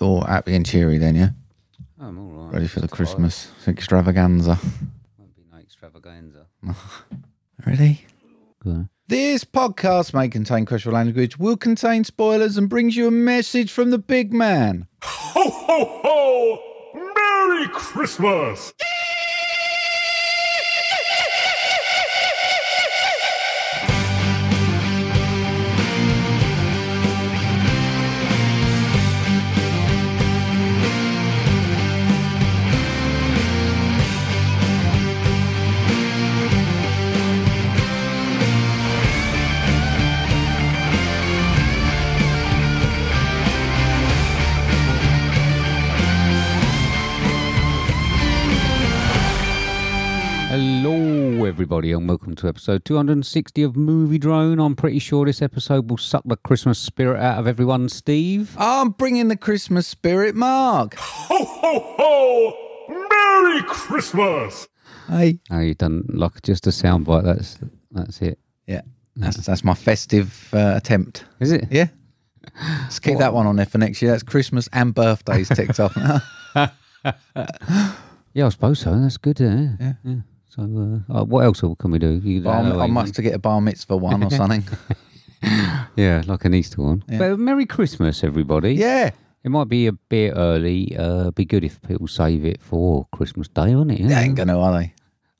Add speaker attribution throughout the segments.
Speaker 1: all happy and cheery then, yeah?
Speaker 2: Oh, I'm all right.
Speaker 1: Ready for the
Speaker 2: Just tired.
Speaker 1: Christmas extravaganza.
Speaker 2: Won't be no extravaganza.
Speaker 1: Ready?
Speaker 2: Go on.
Speaker 1: This podcast may contain questionable language, will contain spoilers, and brings you a message from the big man.
Speaker 3: Ho, ho, ho! Merry Christmas!
Speaker 2: Hello, everybody, and welcome to episode 260 of Movie Drone. I'm pretty sure this episode will suck the Christmas spirit out of everyone, Steve.
Speaker 1: I'm bringing the Christmas spirit, Mark.
Speaker 3: Ho, ho, ho! Merry Christmas!
Speaker 1: Hey.
Speaker 2: Oh, you done like just a soundbite. That's that's it.
Speaker 1: Yeah, that's, that's my festive uh, attempt.
Speaker 2: Is it?
Speaker 1: Yeah. Let's keep that one on there for next year. That's Christmas and birthdays ticked off.
Speaker 2: Yeah, I suppose so. That's good. Yeah. yeah. So, uh, uh, what else can we do? You can do
Speaker 1: Bar- I
Speaker 2: Halloween.
Speaker 1: must to get a bar mitzvah one or something.
Speaker 2: Yeah, like an Easter one. But Merry Christmas, everybody.
Speaker 1: yeah.
Speaker 2: It might be a bit early. Uh, be good if people save it for Christmas Day, wouldn't it?
Speaker 1: They ain't gonna, are they?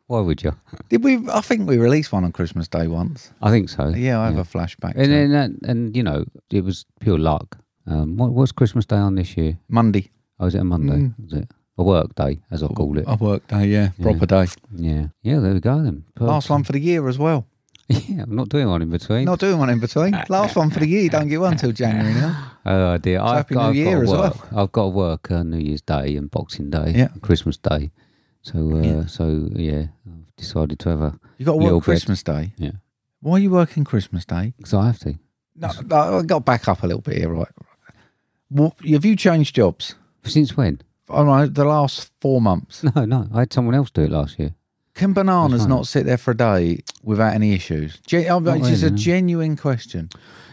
Speaker 2: Why would you?
Speaker 1: Did we? I think we released one on Christmas Day once.
Speaker 2: I think so.
Speaker 1: Yeah, I have a flashback.
Speaker 2: And
Speaker 1: to it.
Speaker 2: then that, and you know, it was pure luck. Um, what was Christmas Day on this year?
Speaker 1: Monday,
Speaker 2: Oh, is it a Monday?
Speaker 1: Mm.
Speaker 2: Was it a work day, as I call it?
Speaker 1: a work day. Yeah, proper day.
Speaker 2: Yeah, yeah. There we go then. Per-
Speaker 1: Last one for the year as well.
Speaker 2: Yeah, I'm not doing one in between.
Speaker 1: Not doing one in between. Last one for the year. You don't get one till January now.
Speaker 2: oh dear, I've,
Speaker 1: Happy
Speaker 2: got,
Speaker 1: New
Speaker 2: I've got
Speaker 1: Year
Speaker 2: to
Speaker 1: as well.
Speaker 2: work. I've got to work uh, New Year's Day and Boxing Day,
Speaker 1: Yeah.
Speaker 2: and Christmas Day. So, uh, so yeah, I've decided to have a
Speaker 1: You got to
Speaker 2: Little
Speaker 1: work
Speaker 2: bit.
Speaker 1: Christmas Day.
Speaker 2: yeah,
Speaker 1: Why are you working Christmas Day?
Speaker 2: because I have to.
Speaker 1: No, no, I got back up a little bit here, right? What, have you changed jobs?
Speaker 2: Since when?
Speaker 1: Oh no, the last four months.
Speaker 2: No, no, I had someone else do it last year.
Speaker 1: Can bananas
Speaker 2: fine.
Speaker 1: not sit there for a day without any issues? Gen- oh, it's just a
Speaker 2: really, no.
Speaker 1: genuine question.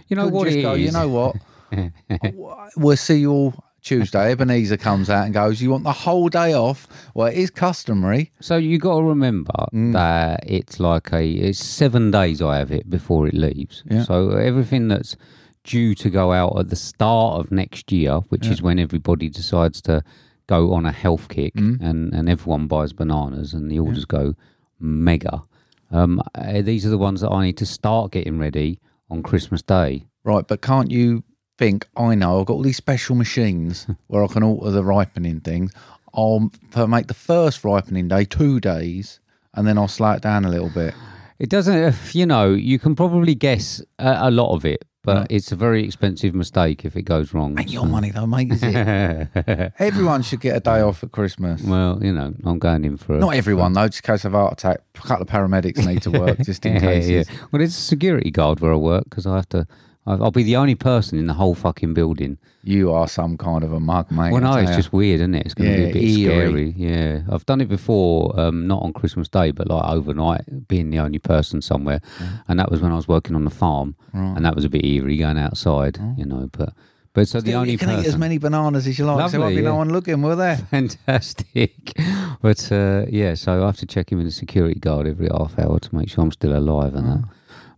Speaker 2: You know
Speaker 1: Couldn't
Speaker 2: what
Speaker 1: just
Speaker 2: it
Speaker 1: go,
Speaker 2: is?
Speaker 1: You know what? W- we'll see you all Tuesday. Ebenezer comes out and goes, "You want the whole day off?" Well, it is customary.
Speaker 2: So you got to remember that it's like a it's seven days I have it before it leaves.
Speaker 1: Yeah.
Speaker 2: So everything that's due to go out at the start of next year, which is when everybody decides to go on a health kick and and everyone buys bananas and the orders go mega. Um, uh, these are the ones that I need to start getting ready on Christmas Day.
Speaker 1: Right, but can't you think, I know, I've got all these special machines where I can alter the ripening things. I'll f- make the first ripening day two days and then I'll slow it down a little bit.
Speaker 2: It doesn't, eh, you know, you can probably guess a, a lot of it, but it's a very expensive mistake if it goes wrong.
Speaker 1: Ain't your money though, mate, is it? Everyone should get a day off at Christmas.
Speaker 2: Well, you know, I'm going in for a
Speaker 1: Not everyone though, just in case of heart attack. A couple of paramedics need to work just in
Speaker 2: Yeah,
Speaker 1: case.
Speaker 2: yeah. Well, it's a security guard where I work because I have to. I- I'll be the only person in the whole fucking building.
Speaker 1: You are some kind of a mug, mate.
Speaker 2: Well,
Speaker 1: I
Speaker 2: no,
Speaker 1: tell
Speaker 2: it's
Speaker 1: ya.
Speaker 2: just weird, isn't it? It's going to
Speaker 1: Yeah,
Speaker 2: be a bit
Speaker 1: it's
Speaker 2: scary.
Speaker 1: scary.
Speaker 2: Yeah, I've done it before, um, not on Christmas Day, but like overnight, being the only person somewhere, and that was when I was working on the farm, and that was a bit eerie going outside, you know. But but so the
Speaker 1: You
Speaker 2: only
Speaker 1: Oh. can
Speaker 2: person
Speaker 1: eat as many bananas as you like. so there won't
Speaker 2: Lovely,
Speaker 1: be
Speaker 2: yeah.
Speaker 1: no one looking, will there?
Speaker 2: fantastic. But uh, yeah, so I have to check him in the security guard every half hour to make sure I'm still alive and that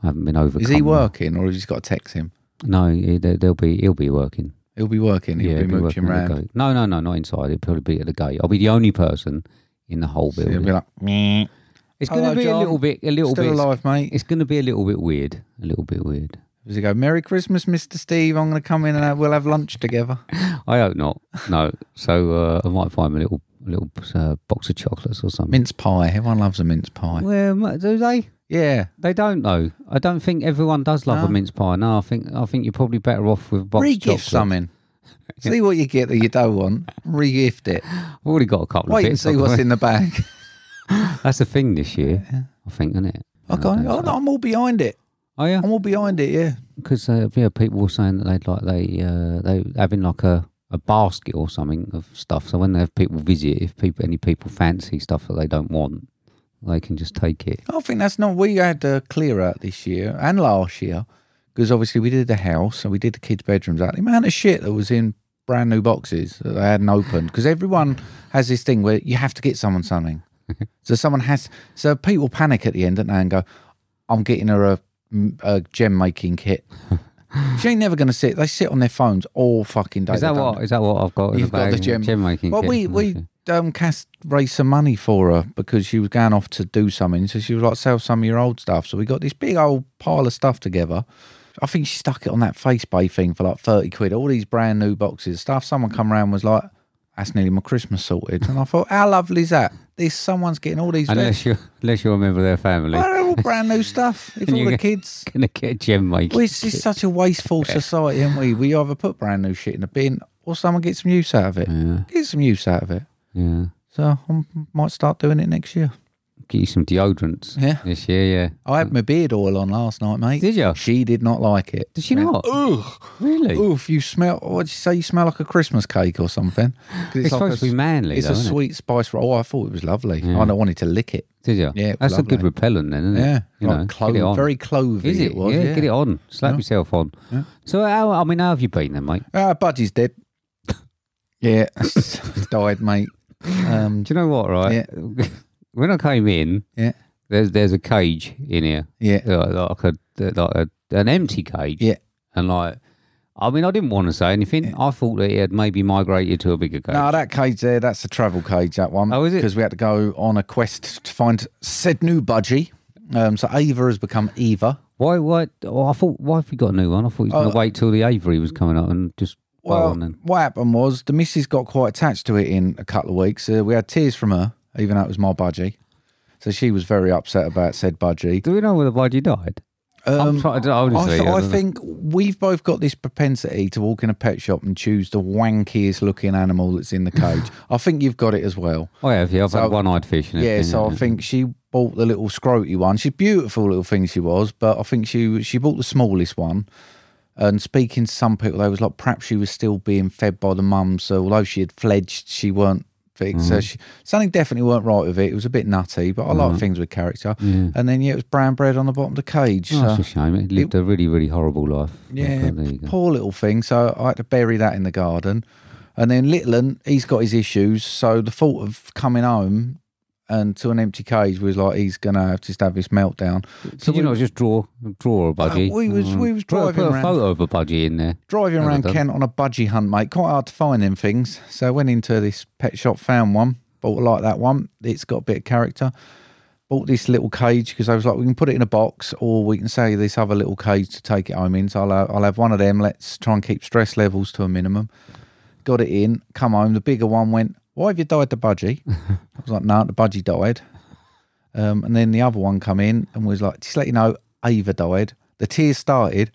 Speaker 2: I haven't been overcome.
Speaker 1: Is he working or have you just got to text him?
Speaker 2: No, he- they- they'll be he'll be working.
Speaker 1: He'll be working. He'll
Speaker 2: yeah,
Speaker 1: be mooching
Speaker 2: at the
Speaker 1: round.
Speaker 2: gate. No, no, no, not inside. It'll probably be at the gate. I'll be the only person in the whole
Speaker 1: He'll
Speaker 2: building.
Speaker 1: be like, "Meh."
Speaker 2: it's going to
Speaker 1: "Hello,
Speaker 2: be a
Speaker 1: John.
Speaker 2: little bit, a little
Speaker 1: Still
Speaker 2: bit.
Speaker 1: alive, mate.
Speaker 2: It's going to be a little bit weird. A little bit weird.
Speaker 1: Does he go, Merry Christmas, Mr. Steve. I'm going to come in and have- we'll have lunch together.
Speaker 2: I hope not. No. so uh, I might find a little little uh, box of chocolates or something.
Speaker 1: Mince pie. Everyone loves a mince pie.
Speaker 2: Well, mu- do they?
Speaker 1: Yeah.
Speaker 2: They don't though. I don't think everyone does love
Speaker 1: No.
Speaker 2: a mince pie. No, I think I think you're probably better off with a box
Speaker 1: Re
Speaker 2: of chocolate.
Speaker 1: gift something. See what you get that you don't want. Re gift it.
Speaker 2: I've already got a couple
Speaker 1: Wait
Speaker 2: of
Speaker 1: and
Speaker 2: bits.
Speaker 1: see what's in the bag.
Speaker 2: That's the thing this year. I think, isn't it?
Speaker 1: Okay. Oh, no, I'm all behind it.
Speaker 2: Oh yeah.
Speaker 1: I'm all behind it, yeah.
Speaker 2: because uh, yeah, people were saying that they'd like they uh, they having like a, a basket or something of stuff. So when they have people visit, if people any people fancy stuff that they don't want, they can just take it.
Speaker 1: I think that's not. We had a clear out this year and last year because obviously we did the house and we did the kids' bedrooms out. The amount of shit that was in brand new boxes that they hadn't opened because everyone has this thing where you have to get someone something. so someone has. So people panic at the end, don't they, and go, "I'm getting her a, a gem making kit." she ain't never going to sit. They sit on their phones all fucking day.
Speaker 2: Is that
Speaker 1: They don't-
Speaker 2: what? Is that what I've got? in
Speaker 1: You've
Speaker 2: the
Speaker 1: got
Speaker 2: bag?
Speaker 1: the gem,
Speaker 2: making.
Speaker 1: Well,
Speaker 2: kit.
Speaker 1: we we um, cast raised some money for her because she was going off to do something. So she was like, sell some of your old stuff. So we got this big old pile of stuff together. I think she stuck it on that face bay thing for like thirty quid. All these brand new boxes of stuff. Someone come around and was like, "That's nearly my Christmas sorted." And I thought, how lovely is that? This someone's getting all these.
Speaker 2: unless you unless you're a member of their family,
Speaker 1: Well, they're all brand new stuff. If
Speaker 2: And
Speaker 1: all
Speaker 2: you
Speaker 1: the
Speaker 2: get-
Speaker 1: kids
Speaker 2: gonna get a gem making.
Speaker 1: well, it's just such a wasteful society, aren't we? We either put brand new shit in the bin or someone gets some use out of it. Get some use out of it.
Speaker 2: yeah,
Speaker 1: So I might start doing it next year.
Speaker 2: get you some deodorants.
Speaker 1: Yeah.
Speaker 2: this year. Yeah,
Speaker 1: I had my beard oil on last night, mate.
Speaker 2: Did ya?
Speaker 1: She did not like it.
Speaker 2: does she not? really?
Speaker 1: Oof, you smell, what'd you say? You smell like a Christmas cake or something. 'Cause
Speaker 2: It's supposed
Speaker 1: a-
Speaker 2: to be manly,
Speaker 1: It's a
Speaker 2: though, isn't it?
Speaker 1: sweet spice roll. Oh, I thought it was lovely. I don't wanted to lick it.
Speaker 2: Did you?
Speaker 1: Yeah, it was
Speaker 2: that's a good
Speaker 1: lovely.
Speaker 2: repellent then, isn't it?
Speaker 1: Yeah.
Speaker 2: you
Speaker 1: like
Speaker 2: know,
Speaker 1: clove,
Speaker 2: get it on.
Speaker 1: very clovey
Speaker 2: Is it?
Speaker 1: was.
Speaker 2: yeah, get it on. Slap yourself on. So, how, I mean, how have you been then, mate?
Speaker 1: Ah, Budgie's dead. yeah, died, mate. Um,
Speaker 2: Do you know what? Right, when I came in,
Speaker 1: yeah,
Speaker 2: there's there's a cage in here. Uh,
Speaker 1: Yeah.
Speaker 2: like like a like a, an empty cage.
Speaker 1: yeah.
Speaker 2: and like. I mean, I didn't want to say anything. I thought that it had maybe migrated to a bigger cage.
Speaker 1: No, that cage there, that's a travel cage, that one.
Speaker 2: Oh, is it?
Speaker 1: Because we had to go on a quest to find said new budgie. Um, so Ava has become Eva.
Speaker 2: Why? Why? Oh, I thought. Why have we got a new one? I thought he was going to wait till the Avery was coming up and just buy
Speaker 1: Uh, Well,
Speaker 2: one. Then.
Speaker 1: what happened was the missus got quite attached to it in a couple of weeks. Uh, we had tears from her, even though it was my budgie. So she was very upset about said budgie.
Speaker 2: Do we know whether Budgie died? I'm trying to,
Speaker 1: um, I,
Speaker 2: honestly,
Speaker 1: th- I
Speaker 2: don't know.
Speaker 1: think we've both got this propensity to walk in a pet shop and choose the wankiest looking animal that's in the cage. I think you've got it as well.
Speaker 2: I have. Oh, Yeah, I've
Speaker 1: So-
Speaker 2: had one-eyed fish. And
Speaker 1: Yeah,
Speaker 2: everything,
Speaker 1: so I
Speaker 2: yeah.
Speaker 1: think she bought the little scroty one. She's a beautiful little thing she was, but I think she she bought the smallest one. And speaking to some people, they was like perhaps she was still being fed by the mum. So although she had fledged, she weren't fixed. So she, something definitely weren't right with it. It was a bit nutty, but I like things with character. And then yeah, it was brown bread on the bottom of the cage.
Speaker 2: Oh,
Speaker 1: so-
Speaker 2: that's a shame. It lived a really, really horrible life.
Speaker 1: uh, yeah,
Speaker 2: But there you go.
Speaker 1: poor little thing. So I had to bury that in the garden. And then Little un, he's got his issues. So the thought of coming home and to an empty cage was like he's gonna have to just have his meltdown.
Speaker 2: So Did you not just draw, draw a budgie?
Speaker 1: Uh, we was-
Speaker 2: Mm.
Speaker 1: we was
Speaker 2: Put a-
Speaker 1: driving
Speaker 2: Put a
Speaker 1: around.
Speaker 2: photo of a budgie in there.
Speaker 1: Driving
Speaker 2: Well
Speaker 1: around
Speaker 2: done.
Speaker 1: Kent on a budgie hunt, mate, quite hard to find them things. So I went into this pet shop, found one, bought like that one. It's got a bit of character. Bought this little cage because I was like, we can put it in a box, or we can say this other little cage to take it home in. So I'll, I'll have one of them. Let's try and keep stress levels to a minimum. got it in, come home. The bigger one went, Why have you died the budgie? I was like, No, the budgie died. Um, and then the other one come in and was like, Just let you know, Ava died. The tears started.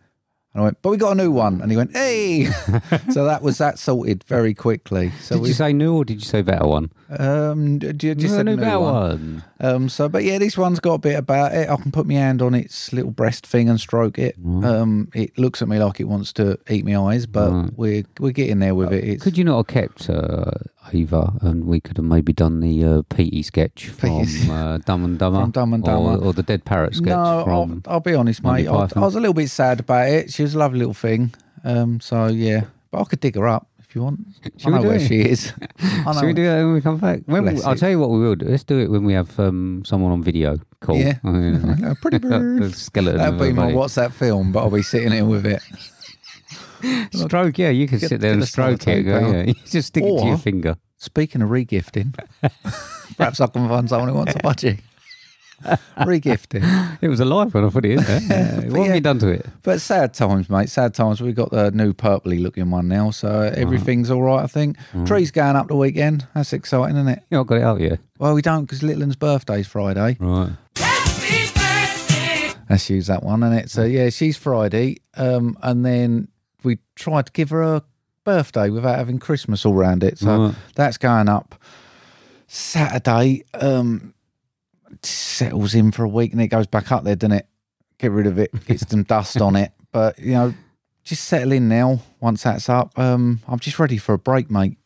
Speaker 1: And I went, But we got a new one. And he went, Hey. so that was that sorted very quickly. So
Speaker 2: Did
Speaker 1: we
Speaker 2: you say new or did you say better one?
Speaker 1: um, d- d- just
Speaker 2: No,
Speaker 1: said
Speaker 2: no,
Speaker 1: a new one.
Speaker 2: one.
Speaker 1: Um, so, but yeah, this one's got a bit about it. I can put my hand on its little breast thing and stroke it. Um, it looks at me like it wants to eat my eyes, but we're we're getting there with it. It's,
Speaker 2: Could you not have kept uh, Ava and we could have maybe done the uh, Petey sketch from
Speaker 1: Petey's-
Speaker 2: uh, Dumb and Dumber?
Speaker 1: E From Dumb and
Speaker 2: or-
Speaker 1: Dumber.
Speaker 2: Or, the Dead Parrot sketch
Speaker 1: no, oh,
Speaker 2: from.
Speaker 1: I'll, I'll be honest,
Speaker 2: Monty
Speaker 1: mate. I, I
Speaker 2: Python?
Speaker 1: was a little bit sad about it. She was a lovely little thing. Um, so yeah, but I could dig her up if you want. I
Speaker 2: we
Speaker 1: know
Speaker 2: do
Speaker 1: where
Speaker 2: it?
Speaker 1: she is. I know.
Speaker 2: Should we do that when we come back? When
Speaker 1: Bless
Speaker 2: I'll
Speaker 1: you.
Speaker 2: tell you what we will do. Let's do it when we have um, someone on video call.
Speaker 1: Yeah.
Speaker 2: I mean,
Speaker 1: A pretty
Speaker 2: the
Speaker 1: bird.
Speaker 2: skeleton.
Speaker 1: That'd
Speaker 2: of a
Speaker 1: be my
Speaker 2: buddy.
Speaker 1: what's that film, but I'll be sitting here with it.
Speaker 2: Stroke, yeah. You can
Speaker 1: Get-
Speaker 2: sit there
Speaker 1: get
Speaker 2: and
Speaker 1: a
Speaker 2: stroke it.
Speaker 1: sellotape out.
Speaker 2: Yeah. You just stick it to
Speaker 1: Or-
Speaker 2: your finger.
Speaker 1: Speaking of regifting, perhaps I can find someone who wants a budgie. regifting.
Speaker 2: It was alive when I put it in there. what have
Speaker 1: yeah.
Speaker 2: you done to it?
Speaker 1: But sad times, mate. Sad times. We've got the new purpley looking one now, so
Speaker 2: Uh-huh.
Speaker 1: everything's all right, I think.
Speaker 2: Mm.
Speaker 1: Tree's going up the weekend. That's exciting, isn't it?
Speaker 2: You not got it out yet.
Speaker 1: Well, we don't because Littleton's birthday's Friday.
Speaker 2: Right.
Speaker 1: Let's use that one, isn't it? So, yeah, she's Friday. Um, and then we tried to give her a birthday without having Christmas all round it. So
Speaker 2: Right.
Speaker 1: that's going up. Saturday um, settles in for a week and it goes back up there, doesn't it? Get rid of it, get some dust on it. But, you know, just settle in now once that's up. Um, I'm just ready for a break, mate.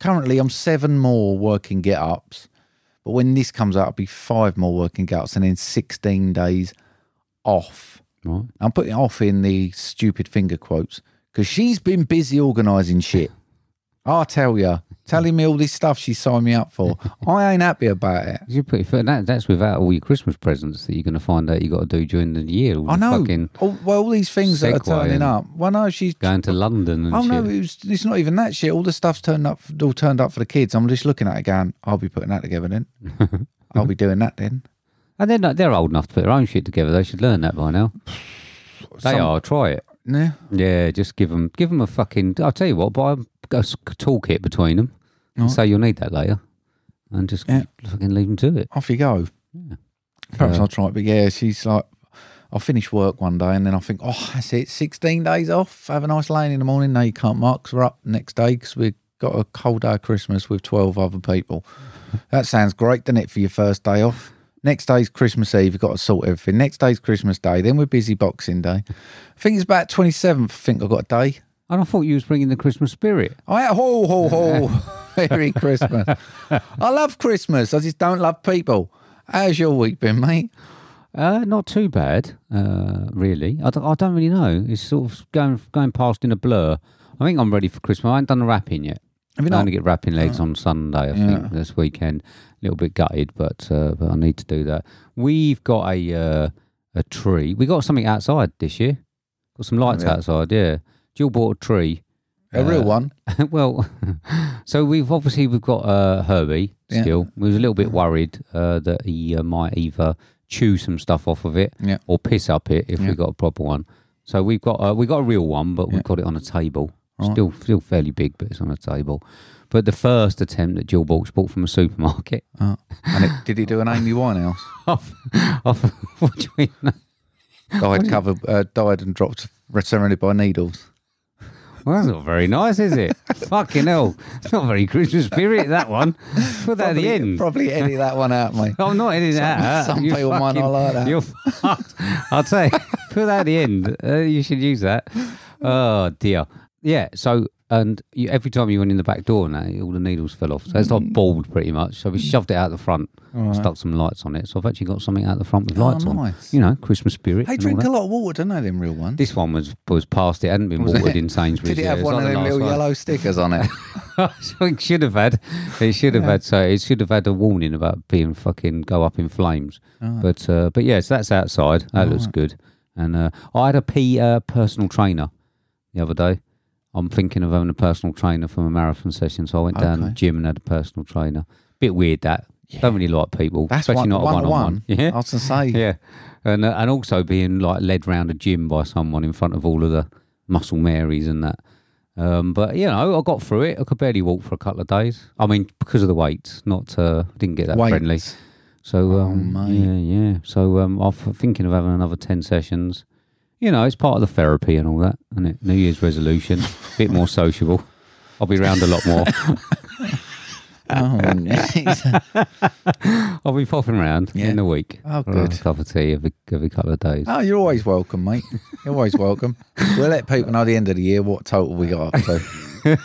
Speaker 1: Currently, I'm seven more working get ups. But when this comes out, it'll be five more working get ups and then 16 days off.
Speaker 2: Right.
Speaker 1: I'm putting off in the stupid finger quotes because she's been busy organising shit. I tell you, telling me all this stuff she signed me up for. I ain't happy about it.
Speaker 2: You pretty fair. That, that's without all your Christmas presents that you're going to find out you got to do during the year. All
Speaker 1: I
Speaker 2: the
Speaker 1: know.
Speaker 2: Fucking
Speaker 1: all, well, all these things that are
Speaker 2: segue
Speaker 1: turning
Speaker 2: and-
Speaker 1: up. Well, no, she's.
Speaker 2: going to London and
Speaker 1: Oh
Speaker 2: shit.
Speaker 1: no, it was, it's not even that shit. All the stuff's turned up, all turned up for the kids. I'm just looking at it going, I'll be putting that together then. I'll be doing that then.
Speaker 2: And they're not, they're old enough to put their own shit together. They should learn that by now. They
Speaker 1: Some-
Speaker 2: are. Try it.
Speaker 1: Yeah.
Speaker 2: Yeah, just give them give 'em a fucking. I'll tell you what. Buy 'em a s- toolkit between them. And say you'll need that later, and just
Speaker 1: Yeah.
Speaker 2: fucking leave them to it.
Speaker 1: off you go. Perhaps I'll try it, but yeah, she's like, I'll finish work one day and then I think, oh, that's it, 16 days off, have a nice lane in the morning. No, you can't, Mark, 'cause we're up next day because we've got a cold day of Christmas with 12 other people. that sounds great, doesn't it, for your first day off? Next day's Christmas Eve, you've got to sort everything. Next day's Christmas Day, then we're busy Boxing Day. I think it's about 27th, I think I've got a day.
Speaker 2: And I thought you was bringing the Christmas spirit.
Speaker 1: I Oh, ho ho ho. Merry Christmas. I love Christmas. I just don't love people. How's your week been, mate?
Speaker 2: Uh, not too bad, uh, really. I don't, I don't really know. It's sort of going going past in a blur. I think I'm ready for Christmas. I ain't done the wrapping yet.
Speaker 1: Have you
Speaker 2: I
Speaker 1: not? Oh.
Speaker 2: only get wrapping legs on Sunday, I think, this weekend. A little bit gutted, but uh, but I need to do that. We've got a uh, a tree. We got something outside this year. Got some lights
Speaker 1: Oh, yeah.
Speaker 2: outside. Yeah, Jill bought a tree.
Speaker 1: A
Speaker 2: Uh,
Speaker 1: real one.
Speaker 2: well, so we've obviously we've got uh, Herbie
Speaker 1: Yeah. Mm-hmm.
Speaker 2: still. We was a little bit worried uh, that he uh, might either chew some stuff off of it
Speaker 1: Yeah.
Speaker 2: or piss up it if
Speaker 1: Yeah.
Speaker 2: we got a proper one. So we've got uh, we got a real one, but we've got it on a table. Still, still fairly big, but it's on a table. But the first attempt that Jill Balks bought from a supermarket.
Speaker 1: Oh. And it, did he do an Amy Winehouse?
Speaker 2: off,
Speaker 1: Oh.
Speaker 2: off, what do you mean?
Speaker 1: Died covered, uh, died and dropped, surrounded by needles.
Speaker 2: Well, that's not very nice, is it? Fucking hell, it's not very Christmas spirit that one. Put that at the end.
Speaker 1: Probably edit that one out, mate.
Speaker 2: I'm Oh, not in that.
Speaker 1: some
Speaker 2: You
Speaker 1: people might not
Speaker 2: fucking-
Speaker 1: like that.
Speaker 2: You're fucked. I'll tell you, put that at the end. Uh, you should use that. Oh, dear. Yeah, so, and you, every time you went in the back door, now, all the needles fell off. So it's
Speaker 1: Mm.
Speaker 2: like bald pretty much. So we shoved it out the front, stuck some lights on it. So I've actually got something out the front with
Speaker 1: Oh,
Speaker 2: lights on.
Speaker 1: nice.
Speaker 2: You know, Christmas spirit.
Speaker 1: They
Speaker 2: and all
Speaker 1: drink
Speaker 2: that.
Speaker 1: a lot of water, don't they, them real ones?
Speaker 2: This one was was past it, hadn't been
Speaker 1: Was
Speaker 2: watered
Speaker 1: it?
Speaker 2: in Sainsbury's.
Speaker 1: Did it
Speaker 2: yeah,
Speaker 1: have
Speaker 2: was
Speaker 1: one of
Speaker 2: like the
Speaker 1: them
Speaker 2: last
Speaker 1: little
Speaker 2: one.
Speaker 1: yellow stickers on it?
Speaker 2: so it should have had. It should have had. So it should have had a warning about being fucking go up in flames. But uh, but yes, that's outside. That looks good. And uh, I had a P, uh, personal trainer the other day. I'm thinking of having a personal trainer from a marathon session, so I went down to the
Speaker 1: Okay.
Speaker 2: gym and had a personal trainer. Bit weird that. Don't really like people,
Speaker 1: That's
Speaker 2: especially
Speaker 1: one,
Speaker 2: not a
Speaker 1: one to
Speaker 2: one-on-one.
Speaker 1: one. I
Speaker 2: Yeah,
Speaker 1: was going to say,
Speaker 2: yeah, and uh, and also being like led round a gym by someone in front of all of the muscle Marys and that. Um, but you know, I got through it. I could barely walk for a couple of days. I mean, because of the weight, not uh, didn't get that
Speaker 1: Weights. Oh,
Speaker 2: friendly. So um,
Speaker 1: mate.
Speaker 2: yeah, yeah. So um, I'm thinking of having another ten sessions. You know, it's part of the therapy and all that, isn't it? New Year's resolution, bit more sociable. I'll be round a lot more.
Speaker 1: Oh, nice.
Speaker 2: I'll be popping round
Speaker 1: Yeah.
Speaker 2: in the week.
Speaker 1: Oh,
Speaker 2: I'll have
Speaker 1: good.
Speaker 2: A cup of tea every every couple of days.
Speaker 1: oh, you're always welcome, mate. You're always welcome. We'll let people know at the end of the year what total we got up to.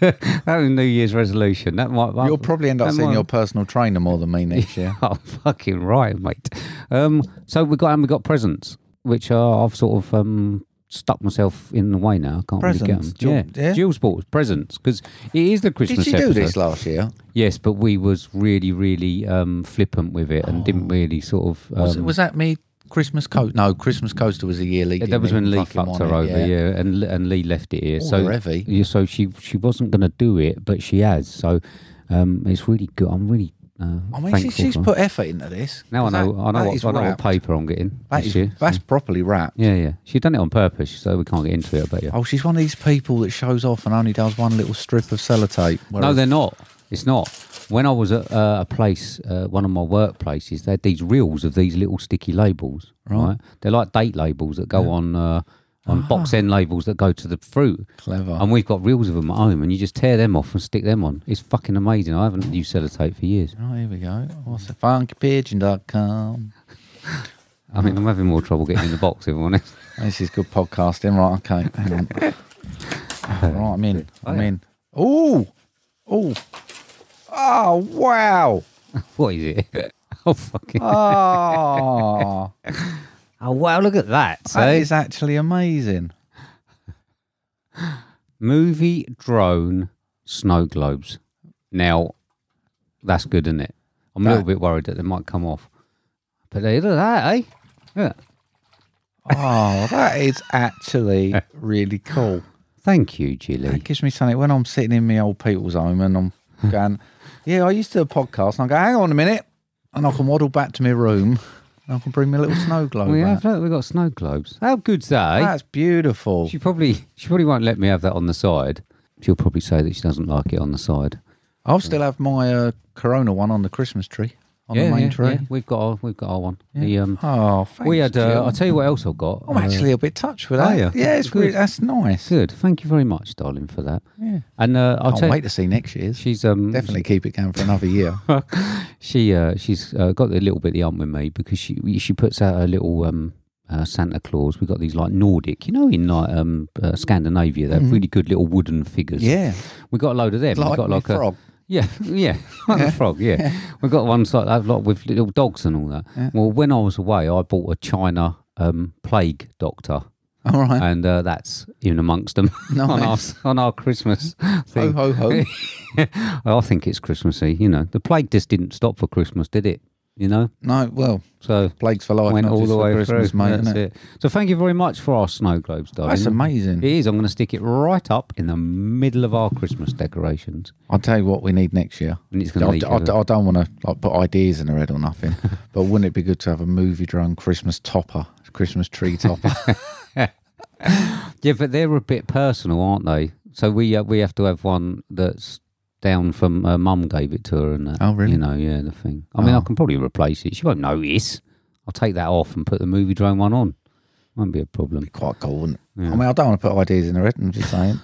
Speaker 2: That was New Year's resolution. That might. That,
Speaker 1: You'll probably end up
Speaker 2: that
Speaker 1: seeing
Speaker 2: might-
Speaker 1: your personal trainer more than me next year.
Speaker 2: Oh, fucking right, mate. Um, so we got and we got presents, which are I've sort of um stuck myself in the way now. I can't really get
Speaker 1: Presents?
Speaker 2: them.
Speaker 1: Jill-
Speaker 2: yeah.
Speaker 1: yeah?
Speaker 2: Jill's bought us presents because it is the
Speaker 1: Did
Speaker 2: Christmas
Speaker 1: she do
Speaker 2: episode.
Speaker 1: this last year?
Speaker 2: Yes, but we was really, really um flippant with it and didn't really sort of. Um,
Speaker 1: Oh. Was, was that me? Christmas coat? No, Christmas coaster was a year leak.
Speaker 2: yeah, that was when Lee fucked her over, yeah, and and Lee left it here.
Speaker 1: Oh,
Speaker 2: so
Speaker 1: heavy.
Speaker 2: yeah, so she she wasn't going to do it, but she has. So um, it's really good. I'm really. Uh,
Speaker 1: I mean, she,
Speaker 2: thankful
Speaker 1: she's
Speaker 2: for her.
Speaker 1: put effort into this.
Speaker 2: Now I know,
Speaker 1: That-
Speaker 2: I know,
Speaker 1: that
Speaker 2: what,
Speaker 1: is
Speaker 2: I know what
Speaker 1: wrapped.
Speaker 2: paper I'm getting.
Speaker 1: That
Speaker 2: this
Speaker 1: is,
Speaker 2: year.
Speaker 1: that's properly wrapped.
Speaker 2: yeah, yeah. She's done it on purpose, so we can't get into it. I bet you.
Speaker 1: Oh, she's one of these people that shows off and only does one little strip of sellotape.
Speaker 2: no,
Speaker 1: whereas-
Speaker 2: they're not. It's not. When I was at uh, a place, uh, one of my workplaces, they had these reels of these little sticky labels. Right, they're like date labels that go on uh, on box end labels that go to the fruit.
Speaker 1: Ah. Clever.
Speaker 2: And we've got reels of them at home, and you just tear them off and stick them on. It's fucking amazing. I haven't used sellotape for years.
Speaker 1: Oh, here we go. What's the funkypigeon.com?
Speaker 2: I mean, I'm having more trouble getting in the box. If I'm honest,
Speaker 1: This is good podcasting. Right, okay. Hang on. right, I'm in. I'm in. Oh, oh, oh, wow.
Speaker 2: what is it? oh fucking!
Speaker 1: Ah. Oh,
Speaker 2: Oh wow! Look at that.
Speaker 1: that
Speaker 2: see?
Speaker 1: is actually amazing.
Speaker 2: Movie drone snow globes. Now, that's good, isn't it? I'm a little
Speaker 1: That-
Speaker 2: bit worried that they might come off. But they look at that, eh? Yeah.
Speaker 1: Oh, that is actually really cool.
Speaker 2: Thank you, Jilly.
Speaker 1: It gives me something when I'm sitting in my old people's home and I'm going, yeah, I used to do a podcast and I go, hang on a minute. And I can waddle back to my room and I can bring my little snow globe.
Speaker 2: We have
Speaker 1: out.
Speaker 2: look, we got snow globes. How good's that? Eh?
Speaker 1: That's beautiful.
Speaker 2: She probably she probably won't let me have that on the side. She'll probably say that she doesn't like it on the side.
Speaker 1: I'll still have my uh, Corona one on the Christmas tree, on the main tree.
Speaker 2: We've got our, we've got our one. The, um,
Speaker 1: Oh, thanks.
Speaker 2: we had.
Speaker 1: Jill.
Speaker 2: Uh, I'll tell you what else I got.
Speaker 1: I'm
Speaker 2: Uh,
Speaker 1: actually a bit touched with
Speaker 2: are
Speaker 1: that.
Speaker 2: you?
Speaker 1: Yeah, it's
Speaker 2: Good.
Speaker 1: really, that's nice.
Speaker 2: good. Thank you very much, darling, for that.
Speaker 1: Yeah.
Speaker 2: And uh, I'll
Speaker 1: Can't
Speaker 2: tell
Speaker 1: wait to see next year's.
Speaker 2: she's um
Speaker 1: Definitely keep it going for another year.
Speaker 2: she uh, she's uh, got a little bit the ump with me because she she puts out a little um uh, Santa Claus. We got these like Nordic, you know, in like um uh, Scandinavia, they're really good little wooden figures.
Speaker 1: Mm-hmm. yeah,
Speaker 2: we got a load of them. we
Speaker 1: like,
Speaker 2: got
Speaker 1: my
Speaker 2: like a
Speaker 1: frog.
Speaker 2: Yeah, yeah, like a frog. Yeah, we got ones like that, like with little dogs and all that. Well, when I was away, I bought a China um, plague doctor,
Speaker 1: All right.
Speaker 2: and uh, that's in amongst them on our
Speaker 1: Nice. Oh,
Speaker 2: on our Christmas
Speaker 1: Ho
Speaker 2: thing.
Speaker 1: ho ho.
Speaker 2: I think it's Christmassy. You know, the plague just didn't stop for Christmas, did it? You know,
Speaker 1: No, well,
Speaker 2: so
Speaker 1: plagues for life.
Speaker 2: went
Speaker 1: not
Speaker 2: all
Speaker 1: just
Speaker 2: the
Speaker 1: for
Speaker 2: way
Speaker 1: Christmas,
Speaker 2: through.
Speaker 1: mate.
Speaker 2: That's
Speaker 1: innit?
Speaker 2: it. So thank you very much for our snow globes, darling.
Speaker 1: That's amazing.
Speaker 2: It is. I'm going to stick it right up in the middle of our Christmas decorations.
Speaker 1: I'll tell you what we need next year.
Speaker 2: And it's
Speaker 1: I,
Speaker 2: gonna leak
Speaker 1: I-
Speaker 2: over.
Speaker 1: I don't want to like put ideas in her head or nothing, but wouldn't it be good to have a movie drone Christmas topper, Christmas tree topper?
Speaker 2: Yeah, but they're a bit personal, aren't they? So we uh, we have to have one that's down from uh, Mum gave it to her and that.
Speaker 1: Oh, really? Oh.
Speaker 2: You know, yeah, the thing. I mean, I can probably replace it. She won't notice. I'll take that off and put the movie drone one on. Won't be a problem.
Speaker 1: Quite cool. Wouldn't it? I mean, I don't want to put ideas in her head. I'm just saying.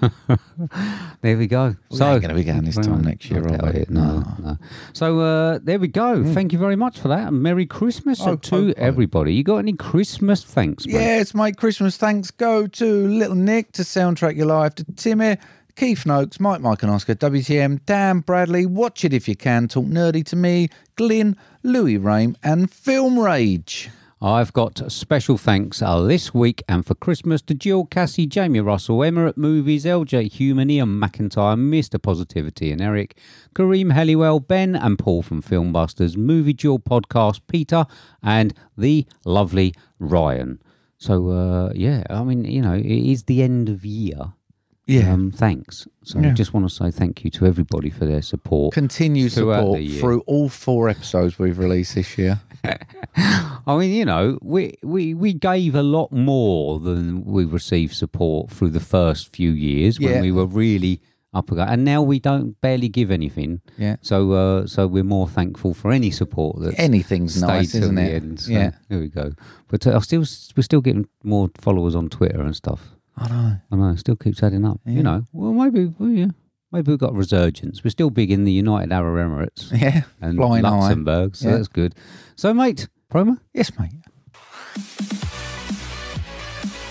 Speaker 2: There we go.
Speaker 1: so going to be going this
Speaker 2: Well,
Speaker 1: time next year,
Speaker 2: I doubt
Speaker 1: are we? Hmm.
Speaker 2: it. No, no. So uh, there we go. Thank you very much for that. And Merry Christmas
Speaker 1: Oh,
Speaker 2: to
Speaker 1: oh, oh.
Speaker 2: everybody. You got any Christmas thanks, mate?
Speaker 1: Yes, mate. Christmas thanks go to Little Nick, to Soundtrack Your Life, to Timmy, Keith Noakes, Mike, Mike and Oscar, WTM, Dan Bradley, Watch It If You Can, Talk Nerdy to Me, Glyn, Louis Rame, and Film Rage.
Speaker 2: I've got special thanks uh, this week and for Christmas to Jill, Cassie, Jamie Russell, Emma at Movies, LJ Human, Ian McIntyre, Mr. Positivity and Eric, Kareem Helliwell, Ben and Paul from Filmbusters, Movie Duel Podcast, Peter, and the lovely Ryan. So, uh, yeah, I mean, you know, it is the end of year.
Speaker 1: Yeah.
Speaker 2: Um, thanks. So I just want to say thank you to everybody for their support.
Speaker 1: Continue
Speaker 2: Throughout the
Speaker 1: support
Speaker 2: year.
Speaker 1: through all four episodes we've released this year.
Speaker 2: I mean, you know, we, we, we gave a lot more than we received support through the first few years
Speaker 1: Yeah.
Speaker 2: when we were really up again, and now we don't barely give anything.
Speaker 1: Yeah.
Speaker 2: So uh, so we're more thankful for any support that
Speaker 1: Anything's
Speaker 2: stayed
Speaker 1: nice,
Speaker 2: till
Speaker 1: isn't
Speaker 2: the
Speaker 1: it?
Speaker 2: end. So
Speaker 1: Yeah.
Speaker 2: There we go. But uh, I still we're still getting more followers on Twitter and stuff.
Speaker 1: I know.
Speaker 2: I know, it still keeps adding up. You know, well maybe well, yeah. Maybe we've got a resurgence. We're still big in the United Arab Emirates
Speaker 1: Yeah.
Speaker 2: and
Speaker 1: Flying high.
Speaker 2: Luxembourg, so
Speaker 1: Yeah.
Speaker 2: that's good. So, mate, promo?
Speaker 1: Yes, mate.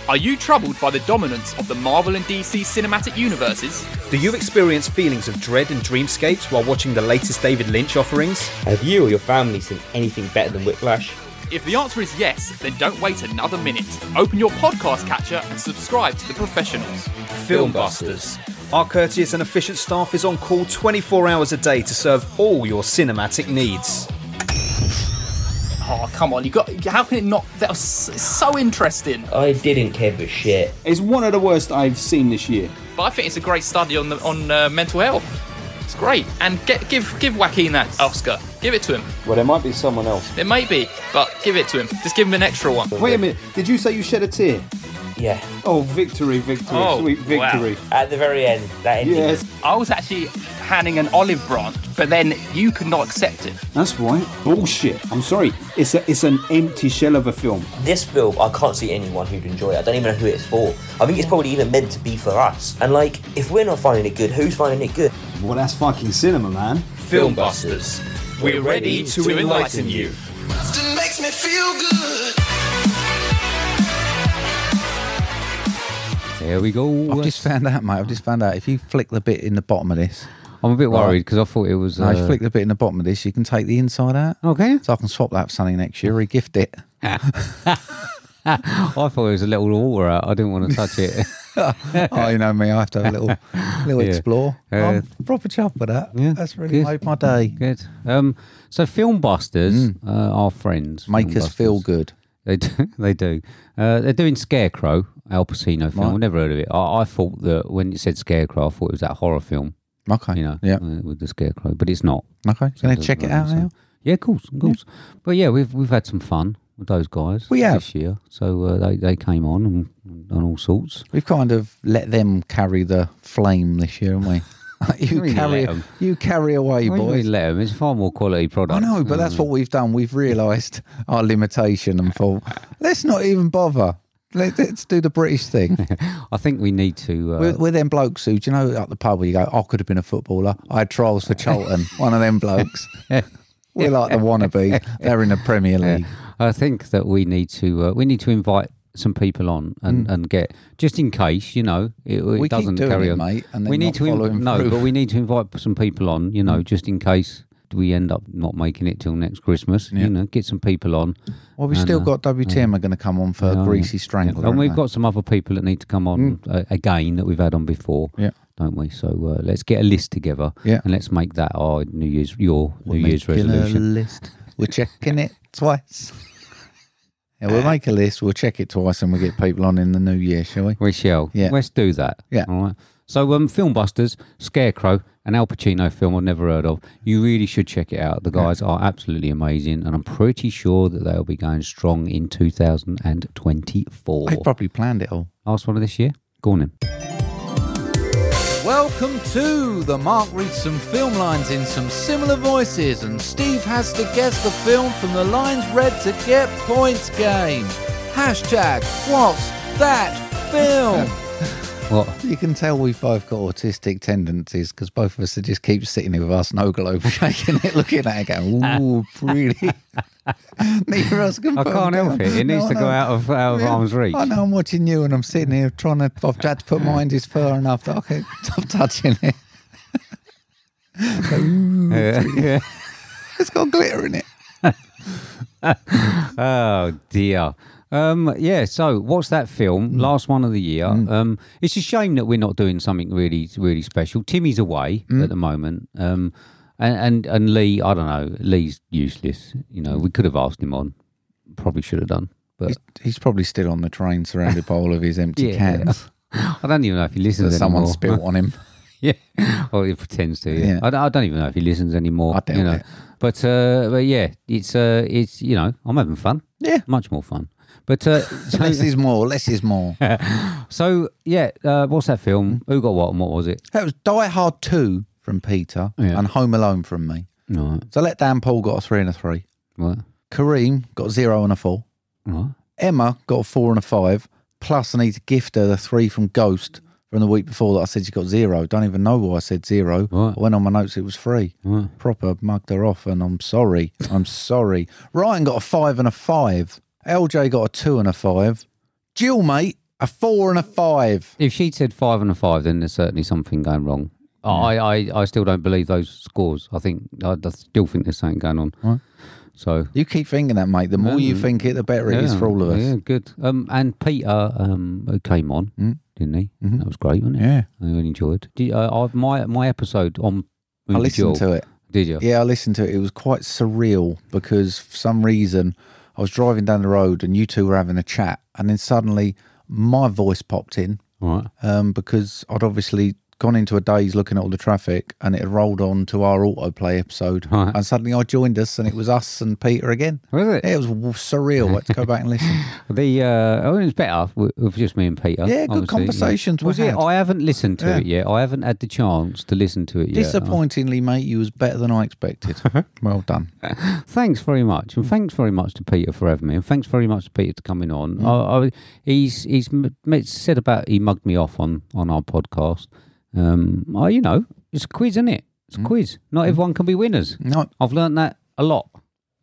Speaker 4: Are you troubled by the dominance of the Marvel and DC cinematic universes?
Speaker 5: Do you experience feelings of dread and dreamscapes while watching the latest David Lynch offerings?
Speaker 6: Have you or your family seen anything better than Whiplash?
Speaker 4: If the answer is yes, then don't wait another minute. Open your podcast catcher and subscribe to The Professionals.
Speaker 6: Filmbusters.
Speaker 5: Our courteous and efficient staff is on call 24 hours a day to serve all your cinematic needs.
Speaker 4: Oh, come on, you got. How can it not? That was so- so interesting.
Speaker 6: I didn't give a shit.
Speaker 5: It's one of the worst I've seen this year.
Speaker 4: But I think it's a great study on the, on uh, mental health. It's great. And get give give Joaquin that Oscar. Give it to him.
Speaker 5: Well, there might be someone else.
Speaker 4: It may be, but give it to him. Just give him an extra one.
Speaker 5: Wait a minute, did you say you shed a tear?
Speaker 6: Yeah.
Speaker 5: Oh, victory, victory,
Speaker 4: Oh,
Speaker 5: sweet
Speaker 4: wow.
Speaker 5: victory.
Speaker 6: At the very end, that ending.
Speaker 5: Yes,
Speaker 4: I was actually handing an olive branch, but then you could not accept it.
Speaker 5: that's right. Bullshit. I'm sorry. It's a, it's an empty shell of a film.
Speaker 6: This film, I can't see anyone who'd enjoy it. I don't even know who it's for. I think it's probably even meant to be for us. And like, if we're not finding it good, who's finding it good?
Speaker 5: Well, that's fucking cinema, man.
Speaker 6: Filmbusters. We're ready
Speaker 4: to enlighten you.
Speaker 7: It makes me feel good.
Speaker 2: There we go.
Speaker 1: I've just found out, mate. I've just found out if you flick the bit in the bottom of this,
Speaker 2: I'm a bit worried because I thought it was.
Speaker 1: no,
Speaker 2: Uh, Oh,
Speaker 1: if you flick the bit in the bottom of this, you can take the inside out.
Speaker 2: okay.
Speaker 1: So I can swap that for something next year, regift it.
Speaker 2: I thought it was a little water out. I didn't want to touch it.
Speaker 1: oh, you know me. I have to have a little, little
Speaker 2: Yeah.
Speaker 1: explore.
Speaker 2: Uh,
Speaker 1: I'm proper chuffed with that.
Speaker 2: yeah,
Speaker 1: That's really
Speaker 2: good.
Speaker 1: made my day.
Speaker 2: Good. Um, so film busters uh, are friends.
Speaker 1: Mm. Make us feel
Speaker 2: Filmbusters.
Speaker 1: good.
Speaker 2: They do. They do. Uh, they're doing Scarecrow, Al Pacino film.
Speaker 1: Right.
Speaker 2: I've never heard of it. I, I thought that when it said Scarecrow, I thought it was that horror film,
Speaker 1: Okay.
Speaker 2: you know,
Speaker 1: Yeah.
Speaker 2: uh, with the Scarecrow, but it's not.
Speaker 1: Okay. Can I check it out
Speaker 2: So-
Speaker 1: now?
Speaker 2: Yeah, of course, of course. But yeah, we've we've had some fun with those guys
Speaker 1: We
Speaker 2: this year. So uh, they, they came on and, and all sorts.
Speaker 1: We've kind of let them carry the flame this year, haven't we? you
Speaker 2: Really
Speaker 1: carry,
Speaker 2: let 'em.
Speaker 1: you carry away,
Speaker 2: What do you
Speaker 1: boys.
Speaker 2: mean let 'em? It's far more quality product.
Speaker 1: I know, but that's what we've done. We've realised our limitation and thought, let's not even bother. Let, let's do the British thing.
Speaker 2: I think we need to. Uh,
Speaker 1: We're, we're them blokes who, do you know, at the pub where you go, I could have been a footballer. I had trials for Charlton, one of them blokes. we're like the wannabes. They're in the Premier League.
Speaker 2: I think that we need to uh, we need to invite some people on and, and get just in case you know it, it
Speaker 1: Mm. keep
Speaker 2: doesn't
Speaker 1: doing
Speaker 2: carry
Speaker 1: it,
Speaker 2: on.
Speaker 1: mate, and then
Speaker 2: we
Speaker 1: not
Speaker 2: need to in-
Speaker 1: following
Speaker 2: no,
Speaker 1: through. Mm.
Speaker 2: but we need to invite some people on you know just in case we end up not making it till next Christmas. You know, get some people on.
Speaker 1: Well, we've
Speaker 2: And,
Speaker 1: still
Speaker 2: uh,
Speaker 1: got WTM are going to come on for
Speaker 2: yeah,
Speaker 1: Greasy
Speaker 2: yeah.
Speaker 1: Strangler.
Speaker 2: and
Speaker 1: haven't
Speaker 2: we've
Speaker 1: they?
Speaker 2: got some other people that need to come on uh, again that we've had on before.
Speaker 1: Mm. Yeah.
Speaker 2: Don't we? So uh, let's get a list together,
Speaker 1: Yeah.
Speaker 2: and let's make that our New Year's your New Year's
Speaker 1: making a
Speaker 2: resolution.
Speaker 1: list. We're checking it twice. Yeah, we'll make a list. We'll check it twice, and we'll get people on in the new year, shall we?
Speaker 2: We shall.
Speaker 1: Yeah.
Speaker 2: Let's do that.
Speaker 1: Yeah.
Speaker 2: All right. So, um, Filmbusters, Scarecrow, an Al Pacino film I've never heard of. You really should check it out. The guys are absolutely amazing, and I'm pretty sure that they'll be going strong in 2024.
Speaker 1: They've probably planned it all.
Speaker 2: Last one of this year. Go on then.
Speaker 1: Welcome to the Mark reads some film lines in some similar voices, and Steve has to guess the film from the lines read to get points game. Hashtag what's that film?
Speaker 2: What?
Speaker 1: You can tell we've both got autistic tendencies because both of us are just keep sitting here with our snow globe shaking it, looking at it, going, "Ooh, really?" Neither of us can.
Speaker 2: I
Speaker 1: put
Speaker 2: can't
Speaker 1: them
Speaker 2: help
Speaker 1: down.
Speaker 2: it. It needs
Speaker 1: Oh, No,
Speaker 2: to
Speaker 1: I
Speaker 2: go
Speaker 1: know.
Speaker 2: out of, out of
Speaker 1: Yeah.
Speaker 2: arm's reach.
Speaker 1: I know I'm watching you, and I'm sitting here trying to. I've had to put mine just far enough that I can stop touching it.
Speaker 2: Yeah. Yeah.
Speaker 1: It's got glitter in it.
Speaker 2: Oh dear. Um, yeah. So, what's that film?
Speaker 1: Mm.
Speaker 2: Last one of the year. Um, it's a shame that we're not doing something really, really special. Timmy's away
Speaker 1: Mm.
Speaker 2: at the moment. Um, and, and and Lee, I don't know. Lee's useless. You know, we could have asked him on. Probably should have done. But
Speaker 1: He's, he's probably still on the train, surrounded by all of his empty
Speaker 2: Yeah.
Speaker 1: cans
Speaker 2: I don't even know if he
Speaker 1: that
Speaker 2: listens
Speaker 1: someone
Speaker 2: anymore.
Speaker 1: spilt on him.
Speaker 2: yeah. Or he pretends to. Yeah.
Speaker 1: Yeah.
Speaker 2: I, don't, I don't even know if he listens anymore.
Speaker 1: I doubt
Speaker 2: you know.
Speaker 1: it.
Speaker 2: But uh, but yeah, it's uh, it's you know, I'm having fun.
Speaker 1: Yeah.
Speaker 2: Much more fun. But uh, so-
Speaker 1: Less is more. Less is more. that
Speaker 2: So yeah, uh, what's that film? Who got what and what was it?
Speaker 1: was Die Hard Two from Peter
Speaker 2: Yeah.
Speaker 1: and Home Alone from me.
Speaker 2: Right,
Speaker 1: So let Dan Paul got a three and a three.
Speaker 2: right,
Speaker 1: Kareem got zero and a four.
Speaker 2: right.
Speaker 1: Emma got a four and a five. Plus, I need to gift her the three from Ghost from the week before that I said she got zero. Don't even know why I said zero.
Speaker 2: Right.
Speaker 1: I went on my notes, it was three. Proper mugged her off, and I'm sorry. I'm sorry. Ryan got a five and a five. LJ got a two and a five. Jill, mate, a four and a five.
Speaker 2: If she'd said five and a five, then there's certainly something going wrong. I, I, I still don't believe those scores. I think I, I still think there's something going on. So
Speaker 1: You keep thinking that, mate. The more you think it, the better it is for all of us.
Speaker 2: Mm. Yeah, good. Um, and Peter um who came on, didn't he? That was great, wasn't it?
Speaker 1: Yeah.
Speaker 2: I really enjoyed. Did you, uh, I, my my episode on.
Speaker 1: I listened to it.
Speaker 2: Did you?
Speaker 1: Yeah, I listened to it. It was quite surreal because for some reason I was driving down the road and you two were having a chat, and then suddenly my voice popped in
Speaker 2: All right.
Speaker 1: um, because I'd obviously gone into a daze looking at all the traffic and it had rolled on to our autoplay episode.
Speaker 2: Right.
Speaker 1: And suddenly I joined us and it was us and Peter again.
Speaker 2: Was it?
Speaker 1: Yeah, it was w- surreal. I had to go back and listen.
Speaker 2: The uh, oh, it was better w- with just me and Peter.
Speaker 1: Yeah, good
Speaker 2: obviously,
Speaker 1: conversations were
Speaker 2: Was it?
Speaker 1: had.
Speaker 2: I haven't listened to
Speaker 1: Yeah.
Speaker 2: it yet. I haven't had the chance to listen to it yet.
Speaker 1: Disappointingly, mate, you was better than I expected. well done.
Speaker 2: Uh, Thanks very much,
Speaker 1: Hmm.
Speaker 2: and thanks very much to Peter for having me, and thanks very much to Peter for coming on.
Speaker 1: Hmm.
Speaker 2: I, I, he's he's m- m- said about he mugged me off on on our podcast. Um, I, you know, it's a quiz, isn't it? It's
Speaker 1: Hmm.
Speaker 2: a quiz. Not everyone can be winners.
Speaker 1: No,
Speaker 2: I've learnt that a lot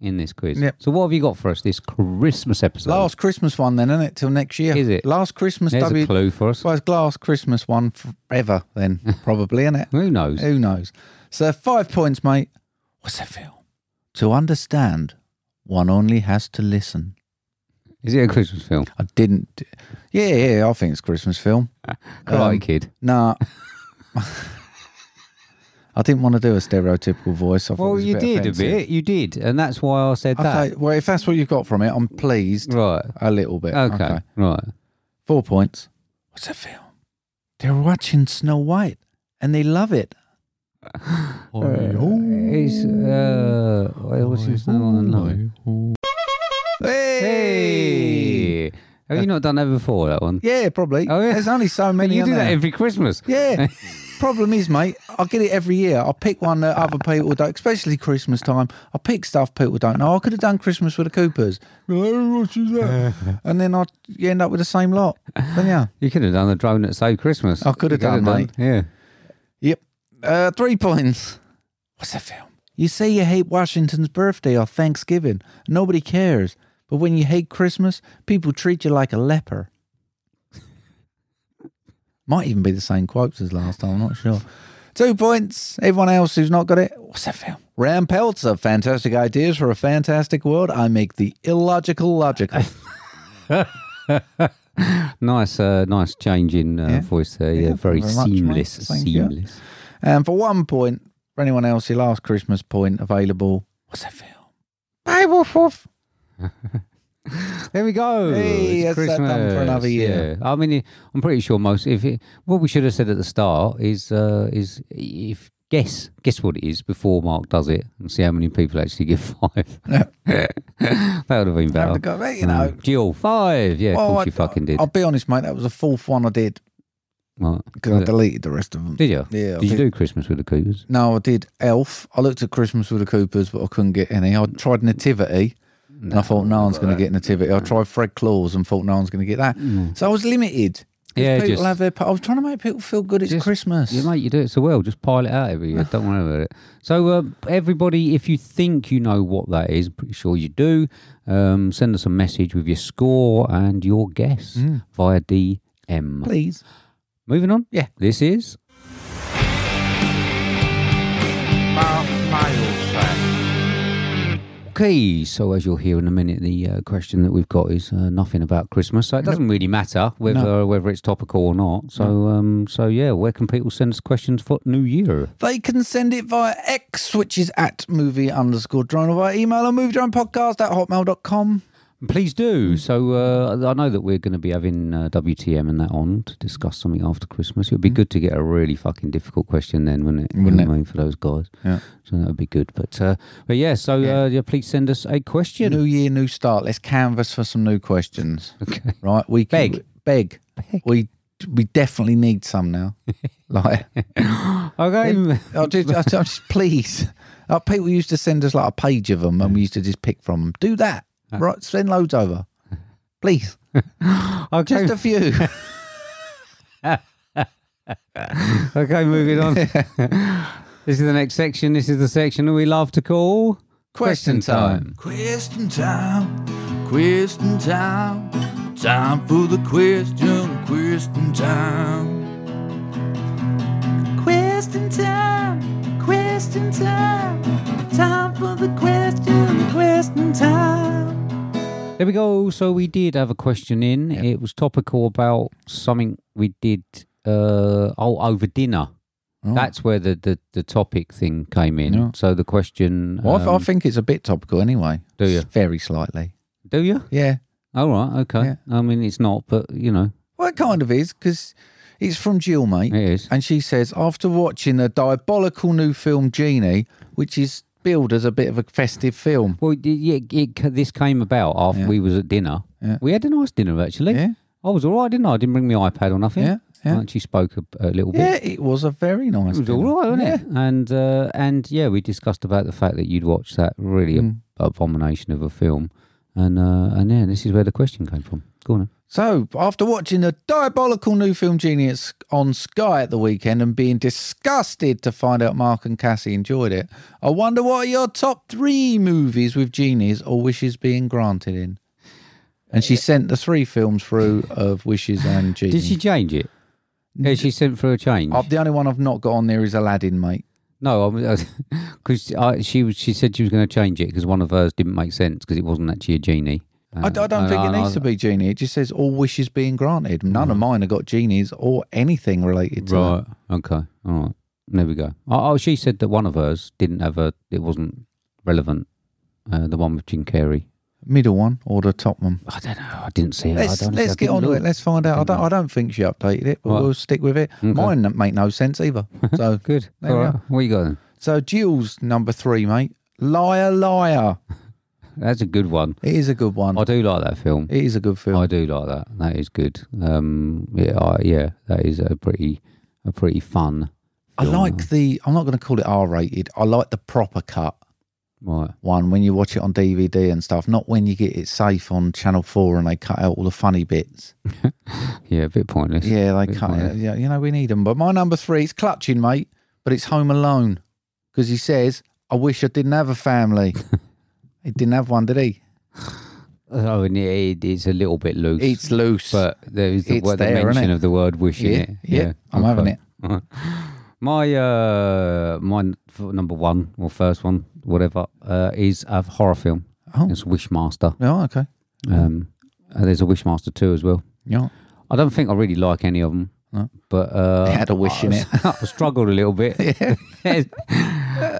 Speaker 2: in this quiz.
Speaker 1: Yep.
Speaker 2: So, what have you got for us this Christmas episode?
Speaker 1: last Christmas one then, isn't it? Till next year.
Speaker 2: Is it?
Speaker 1: Last Christmas
Speaker 2: There's
Speaker 1: W
Speaker 2: a clue for us.
Speaker 1: Well, it's glass Christmas one forever, then, probably, isn't it?
Speaker 2: Who knows?
Speaker 1: Who knows? So, five points, mate. What's that film? To understand, one only has to listen.
Speaker 2: Is it a Christmas film?
Speaker 1: I didn't. Yeah, yeah, I think it's a Christmas film.
Speaker 2: Karate
Speaker 1: Um,
Speaker 2: Kid.
Speaker 1: Nah. I didn't want to do a stereotypical voice. I thought it
Speaker 2: Well,
Speaker 1: was a
Speaker 2: you
Speaker 1: bit
Speaker 2: did
Speaker 1: offensive.
Speaker 2: a bit. You did, and that's why I said
Speaker 1: I
Speaker 2: that.
Speaker 1: thought, well, if that's what you've got from it, I'm pleased.
Speaker 2: Right.
Speaker 1: A little bit.
Speaker 2: Okay. Right.
Speaker 1: Four points. What's that film? They're watching Snow White and they love it. Oh,
Speaker 2: He's uh, what's his name? No.
Speaker 1: Oh,
Speaker 2: Hey! Have you not done that before? That one.
Speaker 1: Yeah, probably.
Speaker 2: Oh, yeah.
Speaker 1: There's only so many.
Speaker 2: you
Speaker 1: on
Speaker 2: do that
Speaker 1: there.
Speaker 2: every Christmas.
Speaker 1: Yeah. Problem is, mate, I get it every year. I pick one that other people don't, especially Christmas time. I pick stuff people don't know. I could have done Christmas with the Coopers. Oh, what is that? and then I you end up with the same lot. Then yeah.
Speaker 2: You could have done the drone that saved Christmas.
Speaker 1: I could have
Speaker 2: You
Speaker 1: done, mate.
Speaker 2: Yeah.
Speaker 1: Yep. Uh, three points. What's that film? You say you hate Washington's birthday or Thanksgiving. Nobody cares. But when you hate Christmas, people treat you like a leper. Might even be the same quotes as last time, I'm not sure. Two points. Everyone else who's not got it, what's that film? Ram Peltzer, fantastic ideas for a fantastic world. I make the illogical logical.
Speaker 2: Nice, uh, nice change in uh,
Speaker 1: Yeah.
Speaker 2: voice there.
Speaker 1: Yeah,
Speaker 2: Yeah, very
Speaker 1: very much, mate.
Speaker 2: seamless.
Speaker 1: Thank you.
Speaker 2: seamless.
Speaker 1: And for one point, for anyone else, your last Christmas point available, what's that film? Beowulf.
Speaker 2: There we go.
Speaker 1: Hey,
Speaker 2: it's
Speaker 1: that's that
Speaker 2: Christmas.
Speaker 1: done for another year.
Speaker 2: Yeah. I mean, I'm pretty sure most. If it, what we should have said at the start is uh, is if guess guess what it is before Mark does it and see how many people actually give five. that would have
Speaker 1: Have
Speaker 2: been better.
Speaker 1: a go, you know.
Speaker 2: Um, Jill five. Yeah, of course you fucking did.
Speaker 1: I'll be honest, mate. That was the fourth one I did
Speaker 2: Right.
Speaker 1: because I deleted the rest of them.
Speaker 2: uh, Did you?
Speaker 1: Yeah. I
Speaker 2: Did you
Speaker 1: did-
Speaker 2: do Christmas with the Cougars?
Speaker 1: No, I did Elf. I looked at Christmas with the Coopers, but I couldn't get any. I tried Nativity, and I thought no one's going to get Nativity. I tried Fred Claus and thought no one's going to get that. So I was limited. If
Speaker 2: Mm. Yeah,
Speaker 1: people
Speaker 2: just-
Speaker 1: have their. pa- I was trying to make people feel good. It's
Speaker 2: Just-
Speaker 1: Christmas.
Speaker 2: Yeah, mate, you do it so well. Just pile it out every year. Don't worry about it. So, uh, everybody, if you think you know what that is, pretty sure you do, um, send us a message with your score and your guess via DM.
Speaker 1: Please.
Speaker 2: Moving on.
Speaker 1: Yeah.
Speaker 2: This is. Okay, so as you'll hear in a minute, the uh, question that we've got is uh, nothing about Christmas, so it doesn't really matter whether whether it's topical or not. So, um, so yeah, where can people send us questions for New Year?
Speaker 1: They can send it via X, which is at movie underscore drone, or via email on movie drone podcast at hotmail.com.
Speaker 2: Please do. So uh, I know that we're going to be having uh, WTM and that on to discuss something after Christmas. It would be good to get a really fucking difficult question then, wouldn't it?
Speaker 1: Hmm. Wouldn't
Speaker 2: I mean, for those guys. Yeah. So that would be good. But uh, but yeah. So
Speaker 1: Yeah.
Speaker 2: Uh, yeah, please send us a question.
Speaker 8: Mm.
Speaker 1: New year, new start. Let's canvas for some new questions.
Speaker 2: Okay.
Speaker 1: Right? We can-
Speaker 2: Beg.
Speaker 1: beg. We we definitely need some now. like,
Speaker 2: Okay.
Speaker 1: I'll just, I'll just please. Like, people used to send us like a page of them, and we used to just pick from them. Do that. Right? Send loads over, please.
Speaker 2: okay.
Speaker 1: Just a few.
Speaker 2: okay. Moving on. this is the next section. This is the section that we love to call
Speaker 1: Question time.
Speaker 8: Question time, question time, time for the question, question time. Question time, question time, time for the question, question time.
Speaker 2: There we go. So we did have a question in. It was topical about something we did uh, oh, over dinner. That's where the, the, the topic thing came in.
Speaker 1: Oh. Yeah.
Speaker 2: So the question.
Speaker 1: Well, I th- I
Speaker 2: um,
Speaker 1: think it's a bit topical anyway.
Speaker 2: Do you?
Speaker 1: Very slightly.
Speaker 2: do you?
Speaker 1: Yeah.
Speaker 2: All right. Okay. I mean, it's not, but you know,
Speaker 1: Well, it kind of is because it's from Jill, mate.
Speaker 2: it is.
Speaker 1: And she says, after watching the diabolical new film Genie, which is billed as a bit of a festive film.
Speaker 2: Well, it, it, it, ca- this came about after we was at dinner.
Speaker 1: Yeah.
Speaker 2: We had a nice dinner actually.
Speaker 1: Yeah.
Speaker 2: I was all right, didn't I? I didn't bring my iPad or nothing.
Speaker 1: Yeah, yeah.
Speaker 2: I actually spoke a, a little bit.
Speaker 1: Yeah, it was a very nice.
Speaker 2: It was
Speaker 1: film.
Speaker 2: all right, wasn't it? And uh, and yeah, we discussed about the fact that you'd watched that really
Speaker 1: Hmm.
Speaker 2: ab- abomination of a film, and uh, and yeah, this is where the question came from. Go on. then.
Speaker 1: So, after watching the diabolical new film Genie at- on Sky at the weekend and being disgusted to find out Mark and Cassie enjoyed it, I wonder what are your top three movies with genies or wishes being granted in? And she sent the three films through of wishes and genie.
Speaker 2: Uh, Did she change it? Yeah, she sent for a change.
Speaker 1: Uh, the only one I've not got on there is Aladdin, mate.
Speaker 2: no, because I, she was- she said she was going to change it because one of hers didn't make sense because it wasn't actually a genie.
Speaker 1: I, d- I don't
Speaker 2: And
Speaker 1: think it
Speaker 2: I-
Speaker 1: needs to be genie. It just says all wishes being granted. None of mine have got genies or anything related to
Speaker 2: Right. Okay. All right. There we go. Oh, oh, she said that one of hers didn't have a. It wasn't relevant. Uh, the one with Jim Carrey.
Speaker 1: that. middle one or the top one.
Speaker 2: I don't know. I didn't see it.
Speaker 1: Let's
Speaker 2: I don't
Speaker 1: let's get on to it. Let's find out. I don't I don't think she updated it, but
Speaker 2: Right.
Speaker 1: we'll stick with it. Mine don't make no sense either. So
Speaker 2: Good.
Speaker 1: There
Speaker 2: All
Speaker 1: we
Speaker 2: right.
Speaker 1: are.
Speaker 2: What you got? Then?
Speaker 1: So Jill's number three, mate. Liar, liar.
Speaker 2: That's a good one.
Speaker 1: It is a good one.
Speaker 2: I do like that film.
Speaker 1: It is a good film.
Speaker 2: I do like that. That is good. Um, yeah, I, yeah, that is a pretty, a pretty fun.
Speaker 1: I like the. I'm not going to call it R-rated. I like the proper cut
Speaker 2: Right.
Speaker 1: one when you watch it on DVD and stuff. Not when you get it safe on Channel Four and they cut out all the funny bits.
Speaker 2: Yeah, a bit pointless.
Speaker 1: Yeah, they
Speaker 2: Bit
Speaker 1: cut.
Speaker 2: pointless.
Speaker 1: It. Yeah, you know we need them. But my number three is clutching, mate. But it's Home Alone because he says, "I wish I didn't have a family." he didn't have one, did he?
Speaker 2: Oh, and it, it's a little bit loose.
Speaker 1: It's loose.
Speaker 2: but there is the,
Speaker 1: It's
Speaker 2: word,
Speaker 1: there,
Speaker 2: the mention
Speaker 1: innit?
Speaker 2: of the word wish in
Speaker 1: Yeah,
Speaker 2: it.
Speaker 1: yeah, I'm having it.
Speaker 2: My uh, my n- f- number one or first one, whatever, uh, is a horror film.
Speaker 1: Oh.
Speaker 2: It's Wishmaster.
Speaker 1: oh, okay.
Speaker 2: Um, uh, there's a Wishmaster two as well.
Speaker 1: Yeah,
Speaker 2: I don't think I really like any of them, but uh,
Speaker 1: It had a wish in
Speaker 2: I,
Speaker 1: it.
Speaker 2: I struggled a little bit.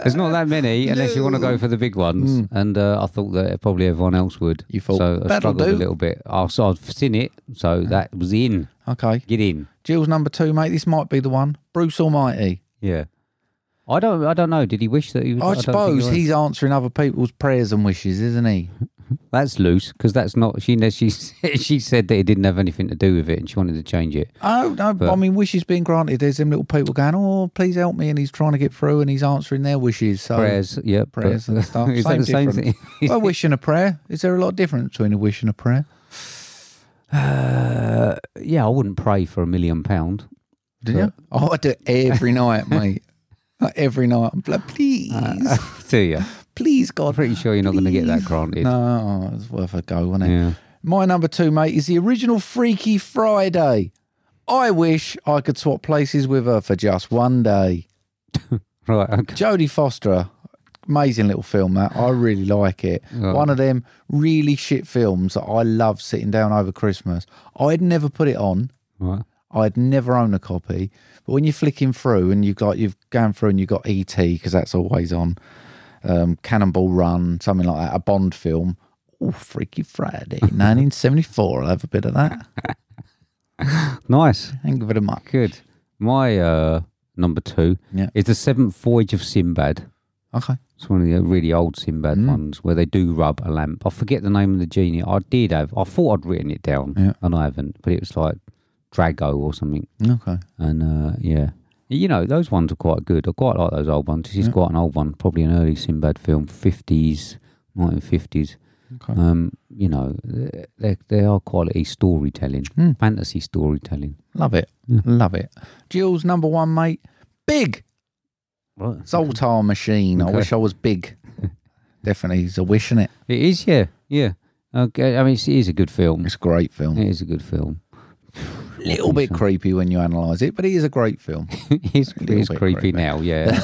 Speaker 2: There's not that many unless you want to go for the big ones, and uh, I thought that probably everyone else would.
Speaker 1: Mm. You thought,
Speaker 2: so? I
Speaker 1: "That'll
Speaker 2: struggled
Speaker 1: do."
Speaker 2: a little bit. I, so I've seen it, so that was in.
Speaker 1: okay.
Speaker 2: Get in.
Speaker 1: Jill's number two, mate. This might be the one. Bruce Almighty.
Speaker 2: Yeah. I don't. I don't know. Did he wish that he? Was,
Speaker 1: I,
Speaker 2: don't think he
Speaker 1: suppose
Speaker 2: was.
Speaker 1: he's answering other people's prayers and wishes, isn't he?
Speaker 2: That's loose because that's not. She kn- she said- she said that it didn't have anything to do with it, and she wanted to change it.
Speaker 1: Oh no! I mean, wishes being granted. There's them little people going, "Oh, please help me," and he's trying to get through, and he's answering their wishes. So
Speaker 2: Prayers, yeah, but-
Speaker 1: Oh, prayers and stuff.
Speaker 2: is
Speaker 1: same
Speaker 2: that the same
Speaker 1: difference.
Speaker 2: thing?
Speaker 1: well, wish and a prayer. Is there a lot of difference between a wish and a prayer?
Speaker 2: yeah, I wouldn't pray for a million pound.
Speaker 1: Do you? Oh, I do it every night, mate. Like, every night, I'm like, please,
Speaker 2: Do you?
Speaker 1: please, God.
Speaker 2: Uh, Pretty sure you're not going to get that
Speaker 1: please."
Speaker 2: granted.
Speaker 1: No, it's worth a go, wasn't it?
Speaker 2: Yeah.
Speaker 1: My number two, mate, is the original Freaky Friday. I wish I could swap places with her for just one day.
Speaker 2: Right. Okay.
Speaker 1: Jodie Foster, amazing little film that I really like it. One of them really shit films that I love sitting down over Christmas. I'd never put it on.
Speaker 2: Right.
Speaker 1: I'd never own a copy, but when you're flicking through and you've got you've gone through and you've got ET because that's always on, um, Cannonball Run, something like that, a Bond film. Oh, Freaky Friday, 1974. I'll have a bit of that.
Speaker 2: Nice.
Speaker 1: Thank you very much.
Speaker 2: Good. My uh, number two
Speaker 1: Yeah.
Speaker 2: is the seventh voyage of Sinbad.
Speaker 1: Okay.
Speaker 2: It's one of the really old Sinbad ones where they do rub a lamp. I forget the name of the genie. I did have. I thought I'd written it down, and I haven't. But it was like Drago or something.
Speaker 1: Okay.
Speaker 2: And uh, yeah, you know those ones are quite good. I quite like those old ones. This is quite an old one, probably an early Sinbad film, fifties, nineteen fifties. Um, you know, they they are quality storytelling,
Speaker 1: Hmm.
Speaker 2: fantasy storytelling.
Speaker 1: Love it. Love it. Jill's number one, mate. Big
Speaker 2: Right.
Speaker 1: Zoltar machine. I
Speaker 2: Okay.
Speaker 1: wish I was big. Definitely is a wish, is it?
Speaker 2: It is, yeah, yeah. Okay, I mean, it's- it is a good film.
Speaker 1: It's a great film.
Speaker 2: It is a good film.
Speaker 1: A little bit creepy when you analyse it, but it is a great film.
Speaker 2: it's
Speaker 1: little
Speaker 2: it's
Speaker 1: bit creepy.
Speaker 2: creepy now, yeah.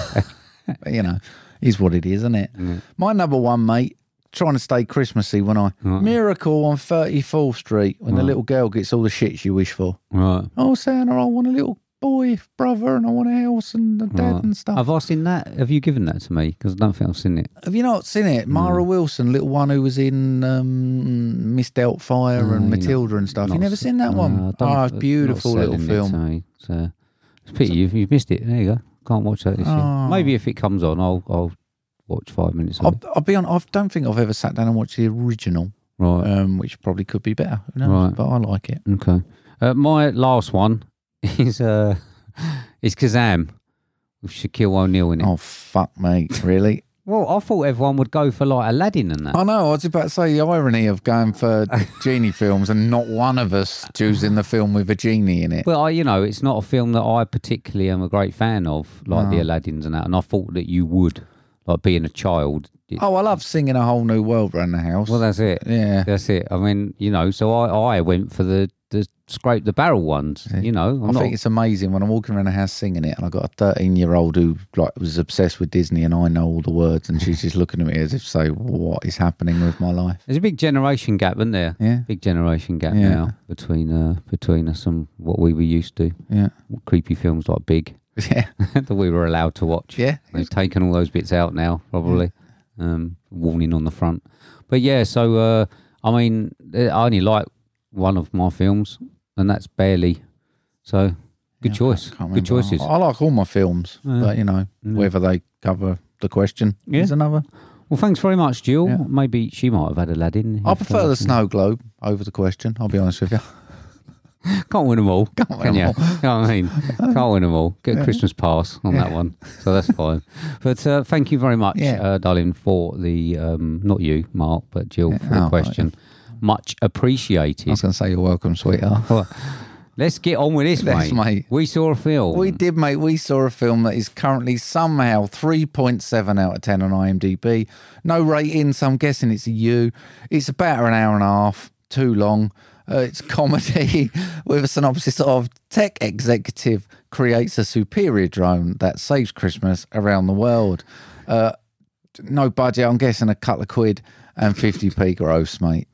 Speaker 1: But, you know, is what it is, isn't it? My number one, mate, trying to stay Christmassy when I miracle on Thirty Fourth Street when the little girl gets all the shit she wished for.
Speaker 2: right.
Speaker 1: Oh, Santa, I want a little boy brother, and I want a house and a dad
Speaker 2: right.
Speaker 1: and stuff.
Speaker 2: Have I seen that? Have you given that to me? Because I don't think I've seen it.
Speaker 1: Have you not seen it?
Speaker 2: Mm.
Speaker 1: Mara Wilson, little one who was in um, Miss Doubtfire and Matilda and stuff. You
Speaker 2: Mm, Not
Speaker 1: never
Speaker 2: se-
Speaker 1: seen that
Speaker 2: No, I
Speaker 1: one?
Speaker 2: don't-
Speaker 1: Oh,
Speaker 2: I've
Speaker 1: it's
Speaker 2: not
Speaker 1: beautiful little
Speaker 2: seen it,
Speaker 1: film.
Speaker 2: so it's, uh, it's a pity you've, you've missed it. There you go. Can't watch that this year. Maybe if it comes on, I'll I'll watch five minutes of
Speaker 1: Ah. I'll,
Speaker 2: it.
Speaker 1: I'll be on. I don't think I've ever sat down and watched the original,
Speaker 2: Right.
Speaker 1: um, which probably could be better. Who knows?
Speaker 2: Right.
Speaker 1: But I like it.
Speaker 2: Okay. Uh, my last one is uh is Kazam with Shaquille O'Neal in it.
Speaker 1: Oh fuck, mate! Really?
Speaker 2: Well, I thought everyone would go for like Aladdin and that.
Speaker 1: I know. I was about to say the irony of going for genie films and not one of us choosing the film with a genie in it.
Speaker 2: Well, I, uh, you know, it's not a film that I particularly am a great fan of, like
Speaker 1: Ah.
Speaker 2: the Aladdins and that. And I thought that you would, like being a child. it-
Speaker 1: Oh, I love singing a whole new world around the house.
Speaker 2: Well, that's it.
Speaker 1: yeah.
Speaker 2: That's it. I mean, you know, so I, I went for the the scrape the barrel ones. You know, I'm
Speaker 1: I
Speaker 2: not,
Speaker 1: think it's amazing when I'm walking around the house singing it, and I got a 13 year old who like was obsessed with Disney, and I know all the words, and she's just looking at me as if say, "What is happening with my life?"
Speaker 2: there's a big generation gap, isn't there?
Speaker 1: Yeah.
Speaker 2: big generation gap
Speaker 1: Yeah.
Speaker 2: now between uh, between us and what we were used to.
Speaker 1: Yeah,
Speaker 2: Creepy films like Big
Speaker 1: yeah,
Speaker 2: that we were allowed to watch.
Speaker 1: Yeah.
Speaker 2: they've taken all those bits out now, probably. Um, warning on the front, but yeah. So uh, I mean, eh, I only like one of my films, and that's barely. So good choice.
Speaker 1: Can't remember.
Speaker 2: Good choices.
Speaker 1: I, I like all my films, but you know whether they cover the question
Speaker 2: Yeah.
Speaker 1: is another.
Speaker 2: Well, thanks very much, Jill.
Speaker 1: Yeah.
Speaker 2: Maybe she might have had Aladdin.
Speaker 1: I prefer the snow globe over the question. I'll be honest with you.
Speaker 2: Can't win them all. Can't
Speaker 1: win
Speaker 2: can
Speaker 1: 'em
Speaker 2: you? You know what I mean, can't win them all. Get a Christmas pass on that one, so that's fine. But uh, thank you very much,
Speaker 1: Yeah.
Speaker 2: uh, darling, for the um, not you, Mark, but Jill for
Speaker 1: Oh,
Speaker 2: the
Speaker 1: right,
Speaker 2: question. Much
Speaker 1: I
Speaker 2: appreciated.
Speaker 1: was going to say you're welcome, sweetheart.
Speaker 2: Let's get on with this,
Speaker 1: Let's,
Speaker 2: mate.
Speaker 1: mate.
Speaker 2: We saw a film.
Speaker 1: We did, mate. We saw a film that is currently somehow 3.7 out of 10 on IMDb. No rating, so I'm guessing it's a U. It's about an hour and a half, too long. Uh, it's comedy with a synopsis of tech executive creates a superior drone that saves Christmas around the world. Uh, no budget, I'm guessing a couple of quid and 50p gross, mate.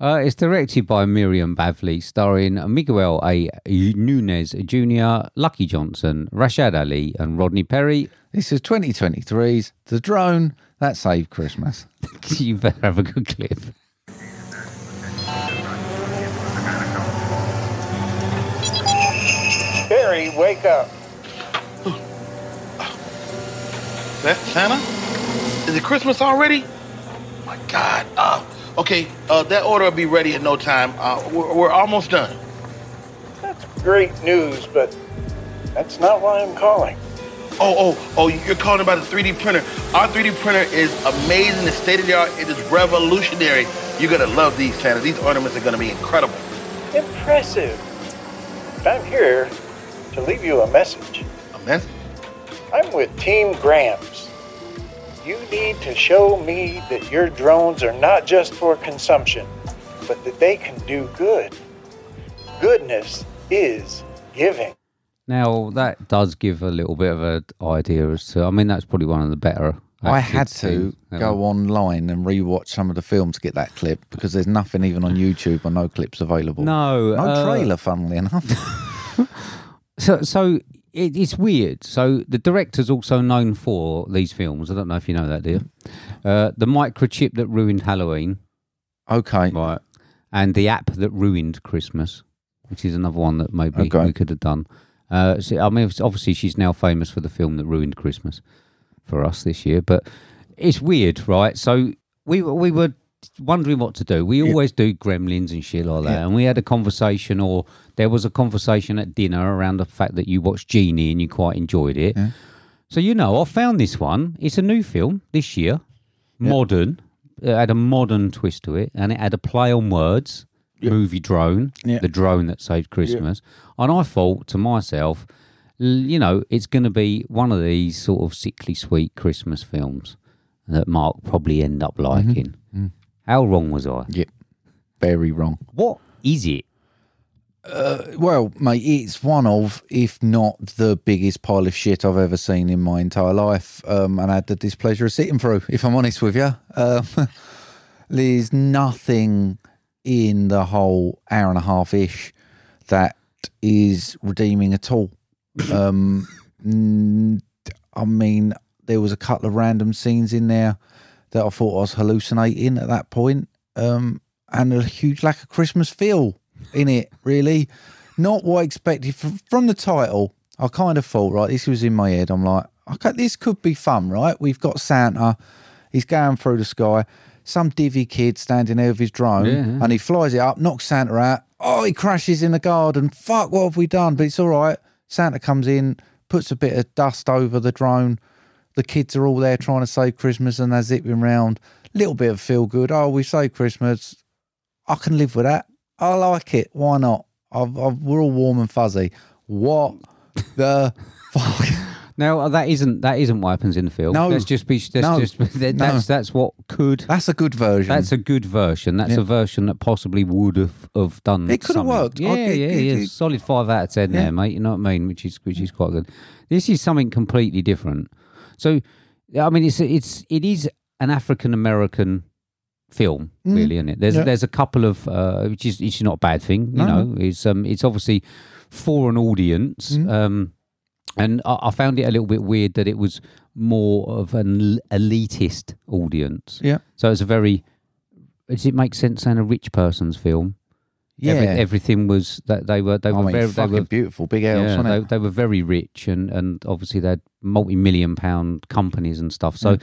Speaker 2: Uh, it's directed by Miriam Bavli, starring Miguel A. Nunez Jr., Lucky Johnson, Rashad Ali, and Rodney Perry.
Speaker 1: This is 2023's The Drone That Saved Christmas.
Speaker 2: you better have a good clip.
Speaker 9: Barry, wake up.
Speaker 7: That's Santa? Is it Christmas already? My God. Uh, okay, uh, that order will be ready in no time. Uh, we're, we're almost done.
Speaker 9: That's great news, but that's not why I'm calling.
Speaker 7: Oh, oh, oh, you're calling about a 3D printer. Our 3D printer is amazing. It's state of the art. It is revolutionary. You're going to love these, Santa. These ornaments are going to be incredible.
Speaker 9: Impressive. But I'm here to leave you a message.
Speaker 7: A mess?
Speaker 9: I'm with Team Grams. You need to show me that your drones are not just for consumption, but that they can do good. Goodness is giving.
Speaker 2: Now that does give a little bit of an idea as to. I mean, that's probably one of the better.
Speaker 1: I had
Speaker 2: acted
Speaker 1: to
Speaker 2: scenes.
Speaker 1: go online and rewatch some of the film to get that clip because there's nothing even on YouTube or no clips available.
Speaker 2: No,
Speaker 1: no
Speaker 2: uh,
Speaker 1: trailer, funnily enough.
Speaker 2: So, so it, it's weird. So the director's also known for these films. I don't know if you know that, dear.
Speaker 1: Mm.
Speaker 2: Uh, the microchip that ruined Halloween,
Speaker 1: okay,
Speaker 2: right, and the app that ruined Christmas, which is another one that maybe
Speaker 1: Okay.
Speaker 2: we could have done. Uh, so, I mean, it's- obviously she's now famous for the film that ruined Christmas for us this year, but it's weird, right? So we were- we were wondering what to do. We always do gremlins and shit like that, and we had a conversation, or there was a conversation at dinner around the fact that you watched Genie and you quite enjoyed it. So you know, I found this one. It's a new film this year, modern. It had a modern twist to it, and it had a play on words. Movie drone, the drone that saved Christmas, and I thought to myself, l- you know, it's going to be one of these sort of sickly sweet Christmas films that Mark probably end up
Speaker 1: Mm-hmm.
Speaker 2: liking.
Speaker 1: Mm.
Speaker 2: How wrong was I?
Speaker 1: yep, very wrong.
Speaker 2: What is it?
Speaker 1: Well, mate, it's one of, if not the biggest pile of shit I've ever seen in my entire life, um, and I had the displeasure of sitting through. If I'm honest with you, um, there's nothing in the whole hour and a half ish that is redeeming at all. Um, n- I mean, there was a couple of random scenes in there that I thought I was hallucinating at that point, um, and a huge lack of Christmas feel in it. Really, not what I expected from, from the title. I kind of thought, right, this was in my head. I'm like, okay, this could be fun, right? We've got Santa, he's going through the sky. Some divvy kid standing there with his drone, and he flies it up, knocks Santa out. Oh, he crashes in the garden. Fuck, what have we done? But it's all right. Santa comes in, puts a bit of dust over the drone, the kids are all there trying to save Christmas and they're zipping round. Little bit of feel good. Oh, we save Christmas. I can live with that. I like it. Why not? I've, I've, we're all warm and fuzzy. What the fuck?
Speaker 2: Now that isn't that isn't what happens in the film.
Speaker 1: No.
Speaker 2: let's just be let's
Speaker 1: No.
Speaker 2: just that- that's that's what could
Speaker 1: That's a good version.
Speaker 2: that's a good version. That's
Speaker 1: Yeah.
Speaker 2: a version that possibly would have, have done.
Speaker 1: It could have
Speaker 2: something.
Speaker 1: worked. Oh, I
Speaker 2: Yeah,
Speaker 1: get-
Speaker 2: yeah,
Speaker 1: it-
Speaker 2: yeah.
Speaker 1: it-
Speaker 2: Solid five out of ten
Speaker 1: Yeah.
Speaker 2: there, mate. You know what I mean? Which is which is quite good. This is something completely different. So, I mean, it's it's it is an African American film, really, isn't it? There's
Speaker 1: Mm. Yeah.
Speaker 2: there's a couple of uh, which is it's not a bad thing. You
Speaker 1: No, no.
Speaker 2: know, it's um it's obviously for an audience.
Speaker 1: Mm.
Speaker 2: Um, and I, I found it a little bit weird that it was more of an l- elitist audience.
Speaker 1: yeah,
Speaker 2: So it's a very. Does it make sense saying a rich person's film?
Speaker 1: yeah.
Speaker 2: Every- everything was that they were they
Speaker 1: I
Speaker 2: were
Speaker 1: mean,
Speaker 2: very they
Speaker 1: fucking
Speaker 2: were,
Speaker 1: beautiful, big L's,
Speaker 2: yeah,
Speaker 1: wasn't
Speaker 2: they,
Speaker 1: it?
Speaker 2: they were very rich and and obviously they had multi million pound companies and stuff. So
Speaker 1: Mm.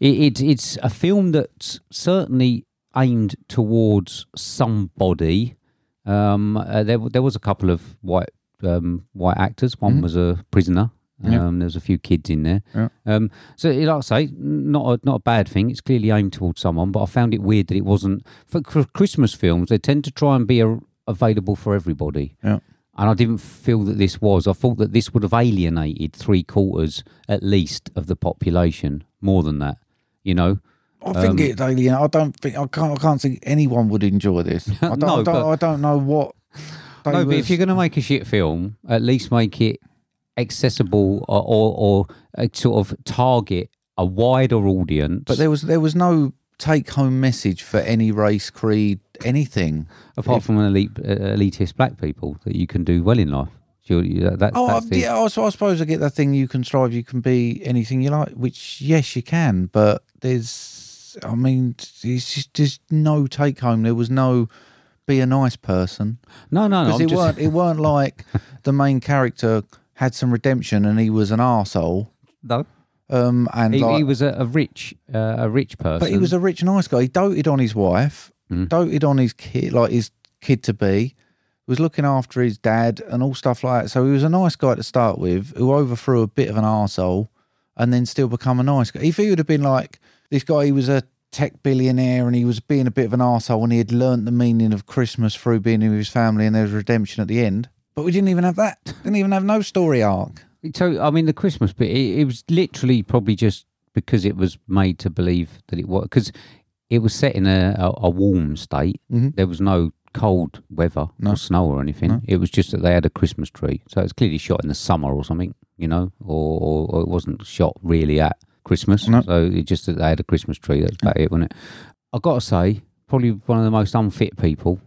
Speaker 2: it, it it's a film that's certainly aimed towards somebody. Um, uh, there w- there was a couple of white um, white actors. One was a prisoner. Um,
Speaker 1: Mm-hmm. Yeah.
Speaker 2: There was a few kids in there.
Speaker 1: Yeah.
Speaker 2: Um, so, like I say, not a, not a bad thing. It's clearly aimed towards someone, but I found it weird that it wasn't for, for Christmas films. They tend to try and be a, available for everybody
Speaker 1: Yeah.
Speaker 2: and I didn't feel that this was. I thought that this would have alienated three quarters at least of the population, more than that, you know.
Speaker 1: I think
Speaker 2: Um,
Speaker 1: it's alien. I don't think I can't. I can't think anyone would enjoy this. I don't.
Speaker 2: No,
Speaker 1: I, don't
Speaker 2: but-
Speaker 1: I don't know what. they
Speaker 2: no, but
Speaker 1: was-
Speaker 2: if you're going to make a shit film, at least make it accessible or or, or uh, sort of target a wider audience.
Speaker 1: but there was there was no take home message for any race, creed, anything.
Speaker 2: apart from an elite, uh, elitist black people, that you can do well in life. So you- that- that's,
Speaker 1: Oh, I,
Speaker 2: that's the-
Speaker 1: yeah. I, so I suppose I get that thing. You can strive. You can be anything you like. Which yes, you can. But there's. I mean, it's just, there's no take home. There was no be a nice person.
Speaker 2: No, no, no.
Speaker 1: because
Speaker 2: I'm
Speaker 1: it
Speaker 2: just-
Speaker 1: weren't it weren't like the main character had some redemption and he was an arsehole.
Speaker 2: no.
Speaker 1: Um, and
Speaker 2: He,
Speaker 1: like,
Speaker 2: he was a, a rich, uh, a rich person.
Speaker 1: but he was a rich, nice guy. He doted on his wife,
Speaker 2: Mm.
Speaker 1: doted on his kid, like his kid to be. Was looking after his dad and all stuff like that. So he was a nice guy to start with, who overthrew a bit of an arsehole and then still become a nice guy. If he would have been like this guy, he was a tech billionaire and he was being a bit of an arsehole and he had learnt the meaning of Christmas through being with his family and there was redemption at the end. But we didn't even have that. Didn't even have no story arc.
Speaker 2: So I mean, the Christmas bit, it, it was literally probably just because it was made to believe that it was because it was set in a, a, a warm state.
Speaker 1: Mm-hmm.
Speaker 2: There was no cold weather, no snow or anything. It was just that they had a Christmas tree, so it's clearly shot in the summer or something, you know, or, or, or it wasn't shot really at Christmas. So it just that they had a Christmas tree. That's about it, wasn't it? I got to say, probably one of the most unfit people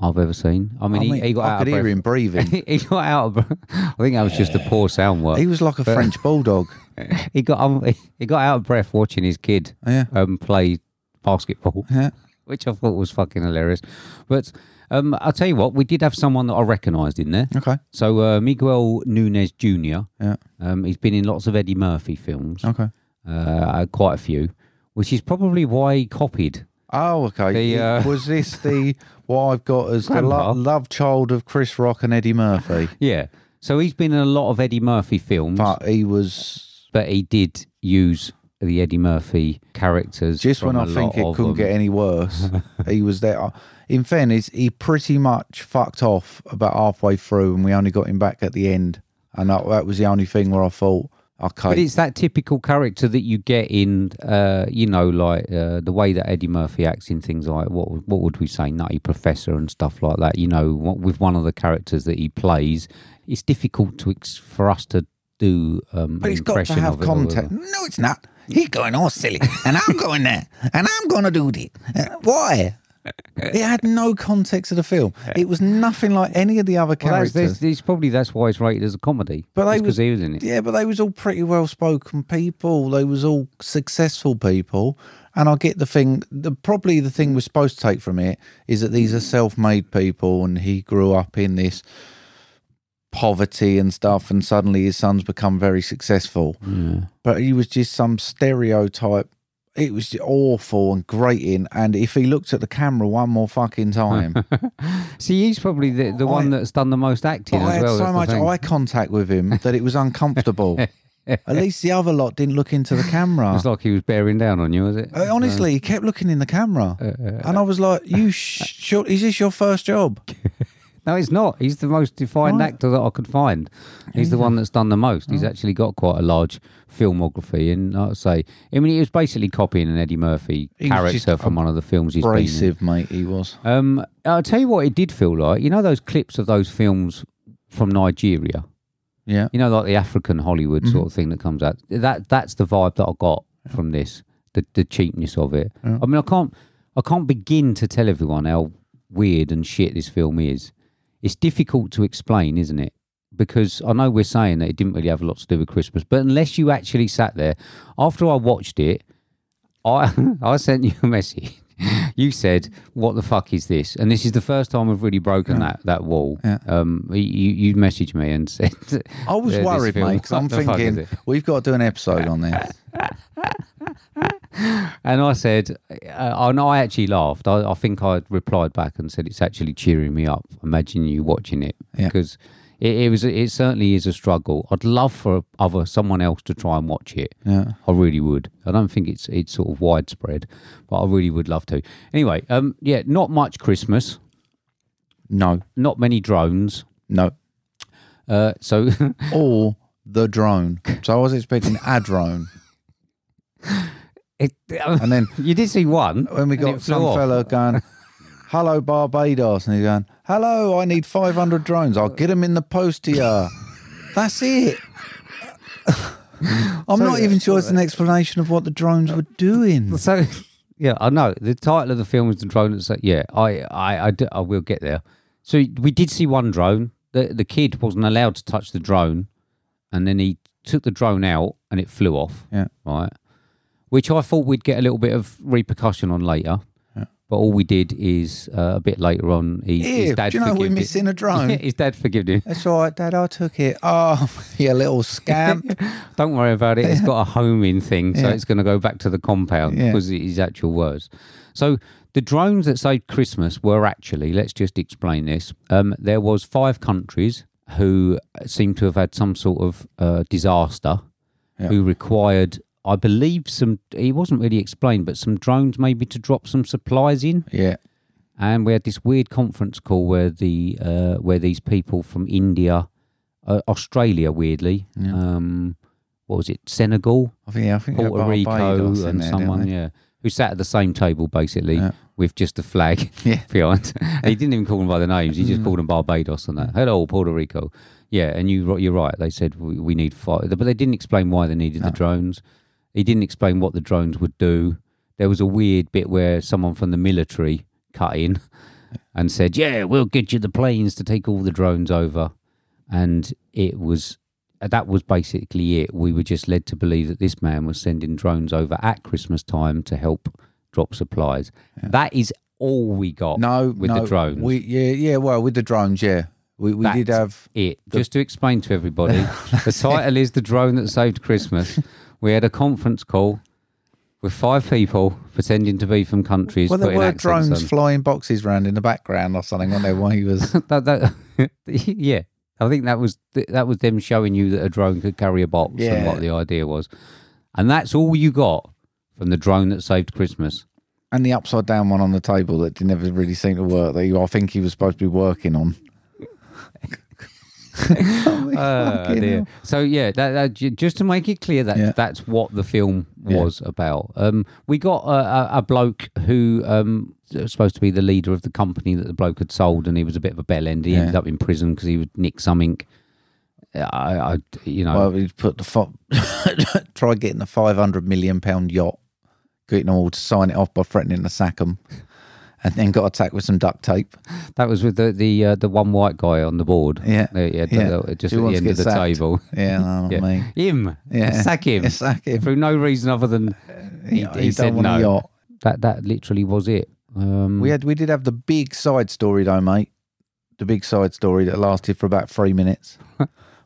Speaker 2: I've ever seen. I mean,
Speaker 1: I,
Speaker 2: he,
Speaker 1: mean,
Speaker 2: he got
Speaker 1: I
Speaker 2: out
Speaker 1: could
Speaker 2: of
Speaker 1: hear
Speaker 2: breath.
Speaker 1: him breathing.
Speaker 2: he got out of breath. I think that was just a poor sound work
Speaker 1: he was like a French bulldog.
Speaker 2: he got um, he got out of breath watching his kid
Speaker 1: Yeah.
Speaker 2: um play basketball,
Speaker 1: Yeah.
Speaker 2: which I thought was fucking hilarious. But um, I'll tell you what, we did have someone that I recognised in there.
Speaker 1: Okay.
Speaker 2: So uh, Miguel Nunez Jr.
Speaker 1: Yeah.
Speaker 2: Um, he's been in lots of Eddie Murphy films,
Speaker 1: Okay.
Speaker 2: uh, quite a few, which is probably why he copied.
Speaker 1: Oh, okay.
Speaker 2: The,
Speaker 1: It-
Speaker 2: uh,
Speaker 1: Was this the what I've got as the
Speaker 2: Grandpa.
Speaker 1: lo- love child of Chris Rock and Eddie Murphy?
Speaker 2: Yeah. So he's been in a lot of Eddie Murphy films,
Speaker 1: But he was
Speaker 2: but he did use the Eddie Murphy characters.
Speaker 1: just when
Speaker 2: from
Speaker 1: I
Speaker 2: a
Speaker 1: think
Speaker 2: lot
Speaker 1: it
Speaker 2: of
Speaker 1: couldn't
Speaker 2: them.
Speaker 1: get any worse. he was there. In fairness, he pretty much fucked off about halfway through, and we only got him back at the end. And that, that was the only thing where I thought,
Speaker 2: But
Speaker 1: okay,
Speaker 2: it's that typical character that you get in, uh, you know, like uh, the way that Eddie Murphy acts in things like what what would we say, Nutty Professor and stuff like that. You know, what, with one of the characters that he plays, it's difficult to ex- for us to do. Um,
Speaker 1: but
Speaker 2: an
Speaker 1: it's got to
Speaker 2: impression
Speaker 1: have
Speaker 2: of it or whatever.
Speaker 1: context. No, it's not. He's going all silly, and I'm going there, and I'm going to do this. Uh, Why? It had no context of the film. It was nothing like any of the other
Speaker 2: Well, that's,
Speaker 1: characters.
Speaker 2: that's, it's probably that's why it's rated as a comedy.
Speaker 1: But they
Speaker 2: because
Speaker 1: was-
Speaker 2: he was in it.
Speaker 1: Yeah, but they was all pretty well spoken people. They was all successful people, and I get the thing. The probably the thing we're supposed to take from it is that these are self made people, and he grew up in this poverty and stuff, and suddenly his son's become very successful. But he was just some stereotype. It was awful and grating. And if he looked at the camera one more fucking time,
Speaker 2: See, he's probably the, the one that's done the most acting
Speaker 1: But I
Speaker 2: as
Speaker 1: had
Speaker 2: well.
Speaker 1: so
Speaker 2: that's the
Speaker 1: much
Speaker 2: thing.
Speaker 1: eye contact with him that it was uncomfortable. At least the other lot didn't look into the camera.
Speaker 2: It's like he was bearing down on you, was it?
Speaker 1: Uh, Honestly, he
Speaker 2: Uh,
Speaker 1: kept looking in the camera, and I was like, "You, sh- sure, is this your first job?
Speaker 2: No, he's not. He's the most defined actor that I could find. He's the one that's done the most.
Speaker 1: Oh.
Speaker 2: He's actually got quite a large filmography, and I'd say, I mean, he was basically copying an Eddie Murphy
Speaker 1: He was just
Speaker 2: character from one of the films he's been in.
Speaker 1: Abrasive, mate, he was.
Speaker 2: Um, I'll tell you what, it did feel like. You know those clips of those films from Nigeria.
Speaker 1: Yeah. Mm-hmm.
Speaker 2: You know, like the African Hollywood sort of thing that comes out. That that's the vibe that I got from this. The the cheapness of it. I mean, I can't I can't begin to tell everyone how weird and shit this film is. It's difficult to explain, isn't it? Because I know we're saying that it didn't really have a lot to do with Christmas, but unless you actually sat there after I watched it, I I sent you a message. You said, "What the fuck is this?" And this is the first time we've really broken that that wall.
Speaker 1: Yeah.
Speaker 2: Um, you you messaged me and said,
Speaker 1: I was
Speaker 2: "Yeah, this
Speaker 1: worried,
Speaker 2: film,
Speaker 1: mate, because
Speaker 2: what
Speaker 1: I'm
Speaker 2: the fuck is
Speaker 1: thinking
Speaker 2: it?"
Speaker 1: we've got to do an episode on this.
Speaker 2: And I said, uh, and I actually laughed. I, I think I replied back and said, "It's actually cheering me up. Imagine you watching it
Speaker 1: Yeah.
Speaker 2: because it, it was it certainly is a struggle. I'd love for other someone else to try and watch it.
Speaker 1: Yeah.
Speaker 2: I really would. I don't think it's it's sort of widespread, but I really would love to. Anyway, um, yeah, not much Christmas,
Speaker 1: No,
Speaker 2: not many drones.
Speaker 1: no.
Speaker 2: Uh, so
Speaker 1: Or the drone. So I was expecting a drone.
Speaker 2: it,
Speaker 1: And then
Speaker 2: you did see one
Speaker 1: when we
Speaker 2: and it
Speaker 1: got
Speaker 2: flew
Speaker 1: some
Speaker 2: off.
Speaker 1: fella going, "Hello Barbados," and he's going, "Hello, I need 500 drones. I'll get them in the post to you." That's it. I'm not even sure it's an explanation of what the drones were doing.
Speaker 2: So yeah, I know the title of the film is the drone. That's like, yeah, I, I, I, d- I will get there. So we did see one drone. The the kid wasn't allowed to touch the drone, and then he took the drone out and it flew off.
Speaker 1: Yeah.
Speaker 2: right. Which I thought we'd get a little bit of repercussion on later. But all we did is uh, a bit later on, he, his
Speaker 1: Ew,
Speaker 2: dad
Speaker 1: do you know we're
Speaker 2: forgived it.
Speaker 1: missing a drone?
Speaker 2: his dad forgived him.
Speaker 1: That's all right, Dad. I took it. Oh, you little scamp.
Speaker 2: Don't worry about it. It's got a homing thing, so
Speaker 1: Yeah.
Speaker 2: it's going to go back to the compound.
Speaker 1: Yeah.
Speaker 2: Was his actual words. So the drones that saved Christmas were actually. Let's just explain this. Um, there was five countries who seemed to have had some sort of uh, disaster, who required, I believe, some. It wasn't really explained, but some drones maybe to drop some supplies in
Speaker 1: yeah.
Speaker 2: and we had this weird conference call where the uh, where these people from India, uh, Australia, weirdly, um, what was it, Senegal,
Speaker 1: I think, yeah, I think they're
Speaker 2: Puerto Rico,
Speaker 1: Barbados in
Speaker 2: and
Speaker 1: there, don't
Speaker 2: someone,
Speaker 1: they?
Speaker 2: yeah, who sat at the same table basically with just a flag
Speaker 1: Yeah. Mm.
Speaker 2: behind. And he didn't even call them by the names; he just called them Barbados and that. Hello, Puerto Rico. Yeah, and you you're right. They said we, we need five, but they didn't explain why they needed the drones. He didn't explain what the drones would do. There was a weird bit where someone from the military cut in and said, "Yeah, we'll get you the planes to take all the drones over." And it was that was basically it. We were just led to believe that this man was sending drones over at Christmas time to help drop supplies. That is all we got.
Speaker 1: No,
Speaker 2: with
Speaker 1: no,
Speaker 2: the drones.
Speaker 1: We, yeah, yeah. Well, with the drones, yeah. We, we did
Speaker 2: That's
Speaker 1: have.
Speaker 2: it. Just to explain to everybody, the title is "The Drone That Saved Christmas." we had a conference call with five people pretending to be from countries.
Speaker 1: Well, there
Speaker 2: putting
Speaker 1: were
Speaker 2: accents
Speaker 1: drones
Speaker 2: on.
Speaker 1: flying boxes round in the background or something, weren't there? While he was.
Speaker 2: that, that yeah i think that was th- that was them showing you that a drone could carry a box and
Speaker 1: Yeah.
Speaker 2: what the idea was and that's all you got from the drone that saved christmas
Speaker 1: and the upside down one on the table that didn't ever really seem to work that you, I think he was supposed to be working on.
Speaker 2: Ah,
Speaker 1: Fucking
Speaker 2: dear.
Speaker 1: hell.
Speaker 2: so yeah that, that ju- just to make it clear that
Speaker 1: Yeah.
Speaker 2: that's what the film was about um we got a, a, a bloke who um was supposed to be the leader of the company that the bloke had sold and he was a bit of a bell end he ended up in prison because he would nick something I, I you know
Speaker 1: Well, we put the fo- try getting the five hundred million pound yacht, getting them all to sign it off by threatening to sack them, and then got attacked with some duct tape.
Speaker 2: That was with the the uh, the one white guy on the board.
Speaker 1: Yeah,
Speaker 2: Uh, yeah, th- th- just
Speaker 1: Who
Speaker 2: at
Speaker 1: wants to
Speaker 2: the end of the
Speaker 1: get sacked?
Speaker 2: table.
Speaker 1: Yeah, no,
Speaker 2: Yeah.
Speaker 1: me.
Speaker 2: Him,
Speaker 1: Yeah.
Speaker 2: sack him
Speaker 1: Yeah, sack him.
Speaker 2: for no reason other than he,
Speaker 1: You know,
Speaker 2: he
Speaker 1: you
Speaker 2: said
Speaker 1: don't want a
Speaker 2: no.
Speaker 1: yacht.
Speaker 2: That that literally was it. Um,
Speaker 1: We had we did have the big side story though, mate. The big side story that lasted for about three minutes,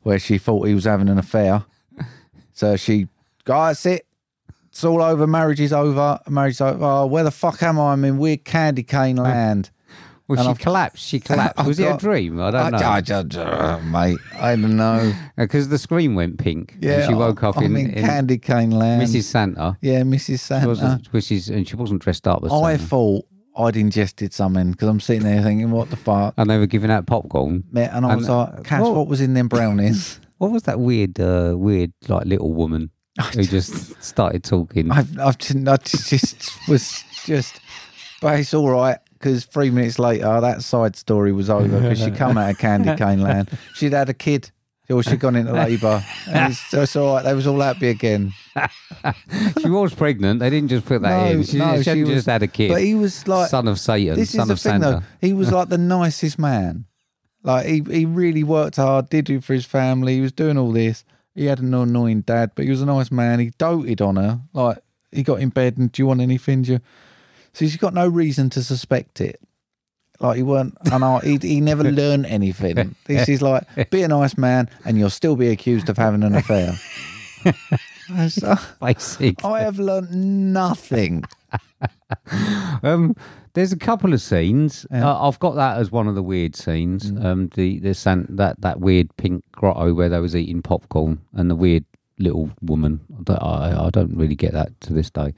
Speaker 1: where she thought he was having an affair. So she, guys, that's it. It's all over. Marriage is over. Marriage's over. Oh, where the fuck am I? I'm in weird candy cane land.
Speaker 2: well, she
Speaker 1: I've-
Speaker 2: collapsed. She collapsed.
Speaker 1: I've
Speaker 2: was it a
Speaker 1: got-
Speaker 2: dream? I don't know
Speaker 1: I- I- I- mate. I don't know.
Speaker 2: because the screen went pink. and
Speaker 1: Yeah,
Speaker 2: she woke
Speaker 1: I'm,
Speaker 2: up
Speaker 1: I'm
Speaker 2: in,
Speaker 1: in,
Speaker 2: in
Speaker 1: candy cane land.
Speaker 2: Mrs. Santa.
Speaker 1: yeah, Mrs.
Speaker 2: She
Speaker 1: Santa.
Speaker 2: wasn't- which is and she wasn't dressed up as
Speaker 1: I
Speaker 2: Santa.
Speaker 1: thought I'd ingested something because I'm sitting there thinking, what the fuck?
Speaker 2: And they were giving out popcorn.
Speaker 1: mate? And I was like, Cass,
Speaker 2: well-
Speaker 1: what was in them brownies?
Speaker 2: What was that weird, uh, weird like little woman who just started talking?
Speaker 1: I've, I've just, I just was just, but it's all right because three minutes later, that side story was over because she come out of candy cane land. She'd had a kid. Or she'd gone into labour. And it's, it's all right. They was all happy again.
Speaker 2: she was pregnant. They didn't just put that in. She, she hadn't
Speaker 1: was-
Speaker 2: just had a kid.
Speaker 1: But he was like,
Speaker 2: son of Satan,
Speaker 1: this
Speaker 2: son
Speaker 1: is the
Speaker 2: of
Speaker 1: thing
Speaker 2: Santa.
Speaker 1: though. He was like the nicest man. Like he, he really worked hard, did it for his family. He was doing all this. He had an annoying dad, but he was a nice man. He doted on her. Like he got in bed and do you want anything? Do you? So she's got no reason to suspect it. Like he weren't, and I, he he never learned anything. This is like be a nice man, and you'll still be accused of having an affair. I was like,
Speaker 2: Basic.
Speaker 1: I have learnt nothing.
Speaker 2: Um, there's a couple of scenes. Uh, I've got that as one of the weird scenes. Um, the the san- that that weird pink grotto where they was eating popcorn and the weird little woman. That I I don't really get that to this day.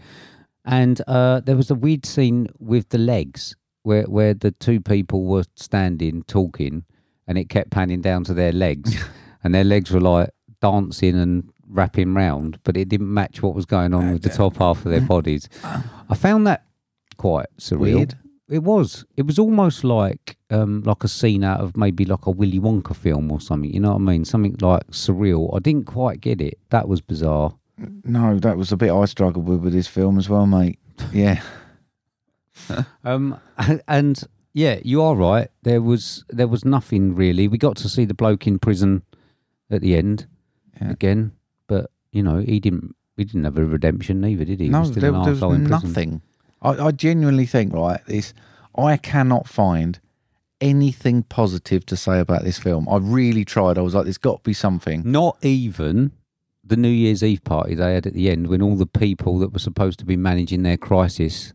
Speaker 2: And uh, there was a weird scene with the legs where where the two people were standing talking, and it kept panning down to their legs, and their legs were like dancing and wrapping round, but it didn't match what was going on with the top half of their bodies. I found that quite surreal.
Speaker 1: Weird.
Speaker 2: It was. It was almost like um, like a scene out of maybe like a Willy Wonka film or something. You know what I mean? Something like surreal. I didn't quite get it. That was bizarre.
Speaker 1: No, that was a bit I struggled with with this film as well, mate. Yeah,
Speaker 2: Um, and yeah, you are right. There was there was nothing really. We got to see the bloke in prison at the end again, but you know he didn't. He didn't have a redemption either, did he? he
Speaker 1: no,
Speaker 2: was still
Speaker 1: there,
Speaker 2: an
Speaker 1: there was
Speaker 2: arsehole in prison.
Speaker 1: nothing. I, I genuinely think right this. I cannot find anything positive to say about this film. I really tried. I was like, there's got to be something.
Speaker 2: Not even the New Year's Eve party they had at the end when all the people that were supposed to be managing their crisis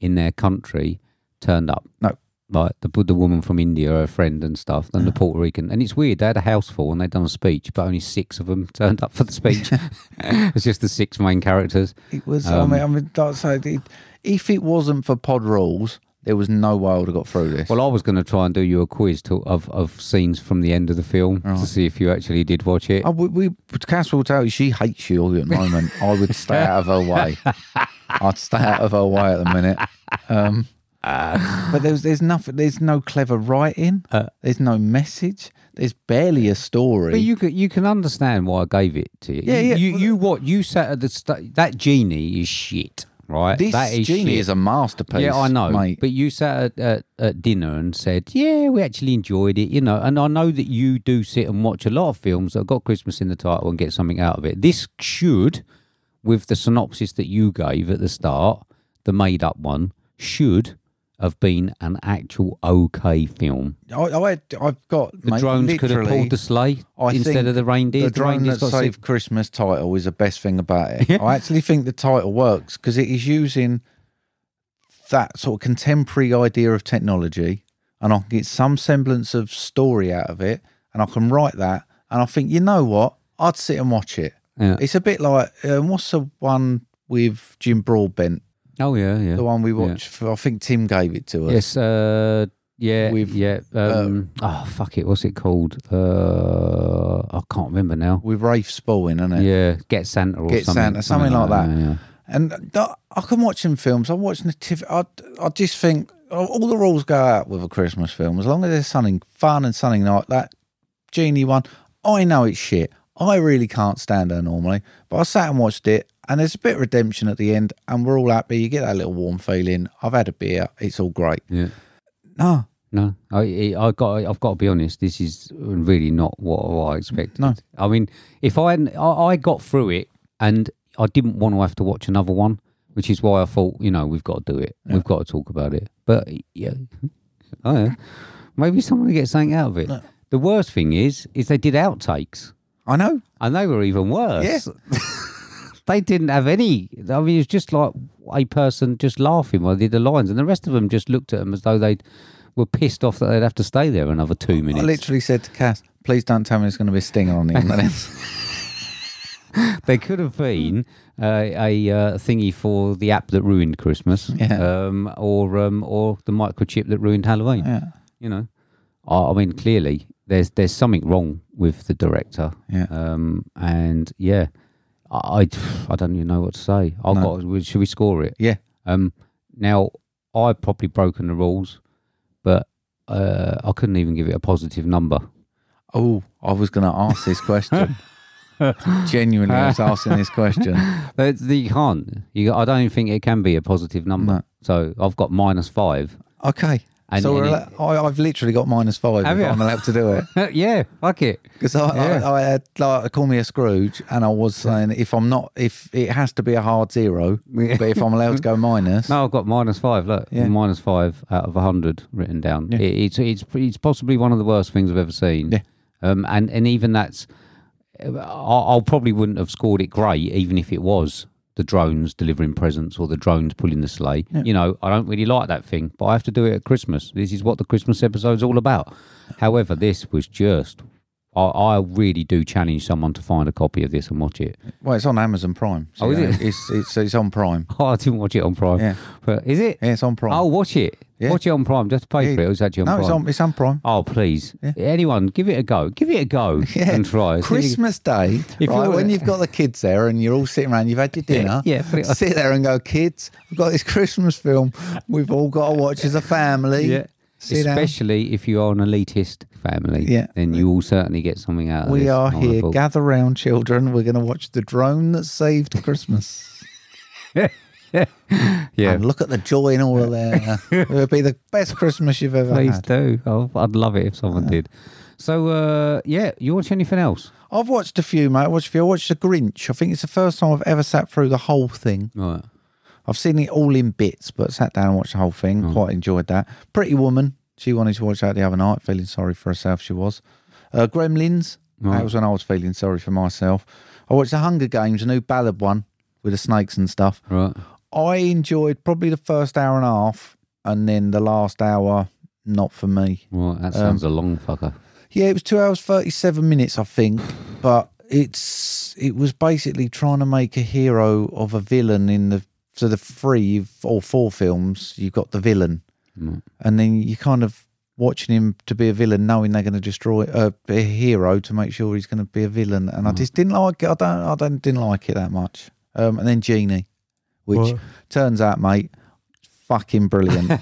Speaker 2: in their country turned up.
Speaker 1: No.
Speaker 2: Like the Buddha woman from India, her friend and stuff, and the Puerto Rican. And it's weird, they had a house full and they'd done a speech, but only six of them turned up for the speech. it's just the six main characters.
Speaker 1: It was.
Speaker 2: Um,
Speaker 1: I mean, I mean, that's how it, if it wasn't for pod rules, there was no way I would have got through this.
Speaker 2: Well, I was going to try and do you a quiz to, of, of scenes from the end of the film to see if you actually did watch it.
Speaker 1: I, we, Oh, we, Cass will tell you she hates you at the moment. I would stay out of her way. I'd stay out of her way at the minute. Um, but there's there's nothing. There's no clever writing. there's no message. There's barely a story.
Speaker 2: Uh, But you can you can understand why I gave it to you.
Speaker 1: Yeah,
Speaker 2: you,
Speaker 1: yeah. uh,
Speaker 2: You, you what you sat at the st- that genie is shit, right?
Speaker 1: this
Speaker 2: that is
Speaker 1: genie
Speaker 2: shit.
Speaker 1: is a masterpiece.
Speaker 2: yeah, I know.
Speaker 1: mate.
Speaker 2: But you sat at, at, at dinner and said, "Yeah, we actually enjoyed it," you know. And I know that you do sit and watch a lot of films that have got Christmas in the title and get something out of it. This should, with the synopsis that you gave at the start, the made-up one, should have been an actual okay film.
Speaker 1: I, I had, I've got
Speaker 2: The
Speaker 1: mate,
Speaker 2: drones could have
Speaker 1: literally-
Speaker 2: pulled the sleigh
Speaker 1: I
Speaker 2: instead
Speaker 1: think
Speaker 2: of the reindeer.
Speaker 1: The drone
Speaker 2: reindeer's
Speaker 1: that
Speaker 2: got six-
Speaker 1: saved Christmas title is the best thing about it. I actually think the title works because it is using that sort of contemporary idea of technology, and I can get some semblance of story out of it, and I can write that, and I think you know what, I'd sit and watch it.
Speaker 2: Yeah.
Speaker 1: It's a bit like um, what's the one with Jim Broadbent,
Speaker 2: Oh yeah, yeah.
Speaker 1: the one we
Speaker 2: Yeah.
Speaker 1: watched. For, I think Tim gave it to us.
Speaker 2: Yes. Uh, yeah.
Speaker 1: With, uh,
Speaker 2: yeah. Um, oh fuck it. What's it called? Uh, I can't remember now.
Speaker 1: with Rafe Spallin, isn't it?
Speaker 2: Yeah. Get Santa or
Speaker 1: Get
Speaker 2: something.
Speaker 1: Santa, something like that.
Speaker 2: yeah, yeah.
Speaker 1: And th- I can watch them films. I watch nativity. I, I just think oh, all the rules go out with a Christmas film. As long as there's something fun and something like that genie one, I know it's shit. I really can't stand her normally, but I sat and watched it, and there's a bit of redemption at the end, and we're all happy. You get that little warm feeling. I've had a beer. It's all great.
Speaker 2: Yeah.
Speaker 1: No,
Speaker 2: No, I, I I got. I've got to be honest. This is really not what I expected.
Speaker 1: No.
Speaker 2: I mean, if I hadn't, I, I got through it, and I didn't want to have to watch another one, which is why I thought, you know, we've got to do it. We've got to talk about it. But yeah, oh, yeah. maybe someone will get something out of it. The worst thing is, is they did outtakes,
Speaker 1: I know.
Speaker 2: and they were even worse. they didn't have any. I mean, it was just like a person just laughing while they did the lines, and the rest of them just looked at them as though they were pissed off that they'd have to stay there another two
Speaker 1: I
Speaker 2: minutes.
Speaker 1: literally said to Cass, "Please don't tell me there's going to be a stinger on the internet."
Speaker 2: They could have been uh, a uh, thingy for the app that ruined Christmas,
Speaker 1: Yeah.
Speaker 2: um, or um, or the microchip that ruined Halloween.
Speaker 1: Yeah.
Speaker 2: You know, I, I mean, clearly there's there's something wrong with the director.
Speaker 1: Yeah.
Speaker 2: Um, and yeah, I I, I don't even know what to say. I've
Speaker 1: No.
Speaker 2: got. Should we score it?
Speaker 1: Yeah.
Speaker 2: Um, now I've probably broken the rules, but uh, I couldn't even give it a positive number.
Speaker 1: Oh, I was going to ask this question. Genuinely, I was asking this question.
Speaker 2: But you can't. You, I don't think it can be a positive number.
Speaker 1: No.
Speaker 2: So I've got minus five.
Speaker 1: Okay.
Speaker 2: And-
Speaker 1: so
Speaker 2: and
Speaker 1: we're
Speaker 2: it-
Speaker 1: allo- I, I've literally got minus five
Speaker 2: Have
Speaker 1: if
Speaker 2: you?
Speaker 1: I'm allowed to do it.
Speaker 2: yeah, fuck it.
Speaker 1: Because I,
Speaker 2: Yeah.
Speaker 1: I, I had, like, call me a Scrooge, and I was saying if I'm not, if it has to be a hard zero,
Speaker 2: Yeah.
Speaker 1: but if I'm allowed to go minus,
Speaker 2: No, I've got minus five. Look,
Speaker 1: Yeah.
Speaker 2: minus five out of a hundred written down.
Speaker 1: Yeah.
Speaker 2: It, it's it's it's possibly one of the worst things I've ever seen.
Speaker 1: Yeah.
Speaker 2: Um, and and even that's, I, I probably wouldn't have scored it great, even if it was the drones delivering presents or the drones pulling the sleigh. You know, I don't really like that thing, but I have to do it at Christmas. This is what the Christmas episode's all about. However, this was just. I, I really do challenge someone to find a copy of this and watch it.
Speaker 1: well, it's on Amazon Prime. So
Speaker 2: Oh, is
Speaker 1: yeah,
Speaker 2: it?
Speaker 1: It's, it's it's on Prime.
Speaker 2: Oh, I didn't watch it on Prime.
Speaker 1: Yeah.
Speaker 2: But is it?
Speaker 1: Yeah, it's on Prime.
Speaker 2: Oh, watch it.
Speaker 1: Yeah.
Speaker 2: Watch it on Prime. Just pay
Speaker 1: Yeah.
Speaker 2: for it. It was actually on
Speaker 1: no,
Speaker 2: Prime.
Speaker 1: it's on it's on Prime.
Speaker 2: Oh, please. Anyone, give it a go. Give it a go and try. See-
Speaker 1: Christmas Day,
Speaker 2: If
Speaker 1: right,
Speaker 2: you're-
Speaker 1: when you've got the kids there and you're all sitting around, you've had your dinner,
Speaker 2: Yeah, put it on.
Speaker 1: sit there and go, kids, we've got this Christmas film we've all got to watch as a family.
Speaker 2: Yeah.
Speaker 1: Sit down.
Speaker 2: Especially if you are an elitist family,
Speaker 1: Yeah.
Speaker 2: then you will certainly get something out of
Speaker 1: We
Speaker 2: this.
Speaker 1: are
Speaker 2: I
Speaker 1: here.
Speaker 2: thought.
Speaker 1: Gather round, children. We're going to watch The Drone That Saved Christmas.
Speaker 2: yeah,
Speaker 1: And look at the joy in all of that. It'll be the best Christmas you've ever
Speaker 2: please
Speaker 1: had.
Speaker 2: do. Oh, I'd love it if someone did. So, uh, yeah, you watch anything else?
Speaker 1: I've watched a few, mate. I watched a few. I watched The Grinch. I think it's the first time I've ever sat through the whole thing.
Speaker 2: Right.
Speaker 1: I've seen it all in bits, but sat down and watched the whole thing. Quite enjoyed that. Pretty Woman. She wanted to watch that the other night, feeling sorry for herself. She was. Uh, Gremlins. That was when I was feeling sorry for myself. I watched The Hunger Games, a new ballad one with the snakes and stuff.
Speaker 2: Right.
Speaker 1: I enjoyed probably the first hour and a half, and then the last hour, not for me.
Speaker 2: Right. That sounds a long fucker.
Speaker 1: Yeah, it was two hours thirty-seven minutes, I think, but it's it was basically trying to make a hero of a villain in the so the three or four films you've got the villain, and then you kind of watching him to be a villain, knowing they're going to destroy uh, a hero to make sure he's going to be a villain, and I just didn't like it. I don't, I don't didn't like it that much. Um, and then Genie, which turns out, mate, fucking brilliant.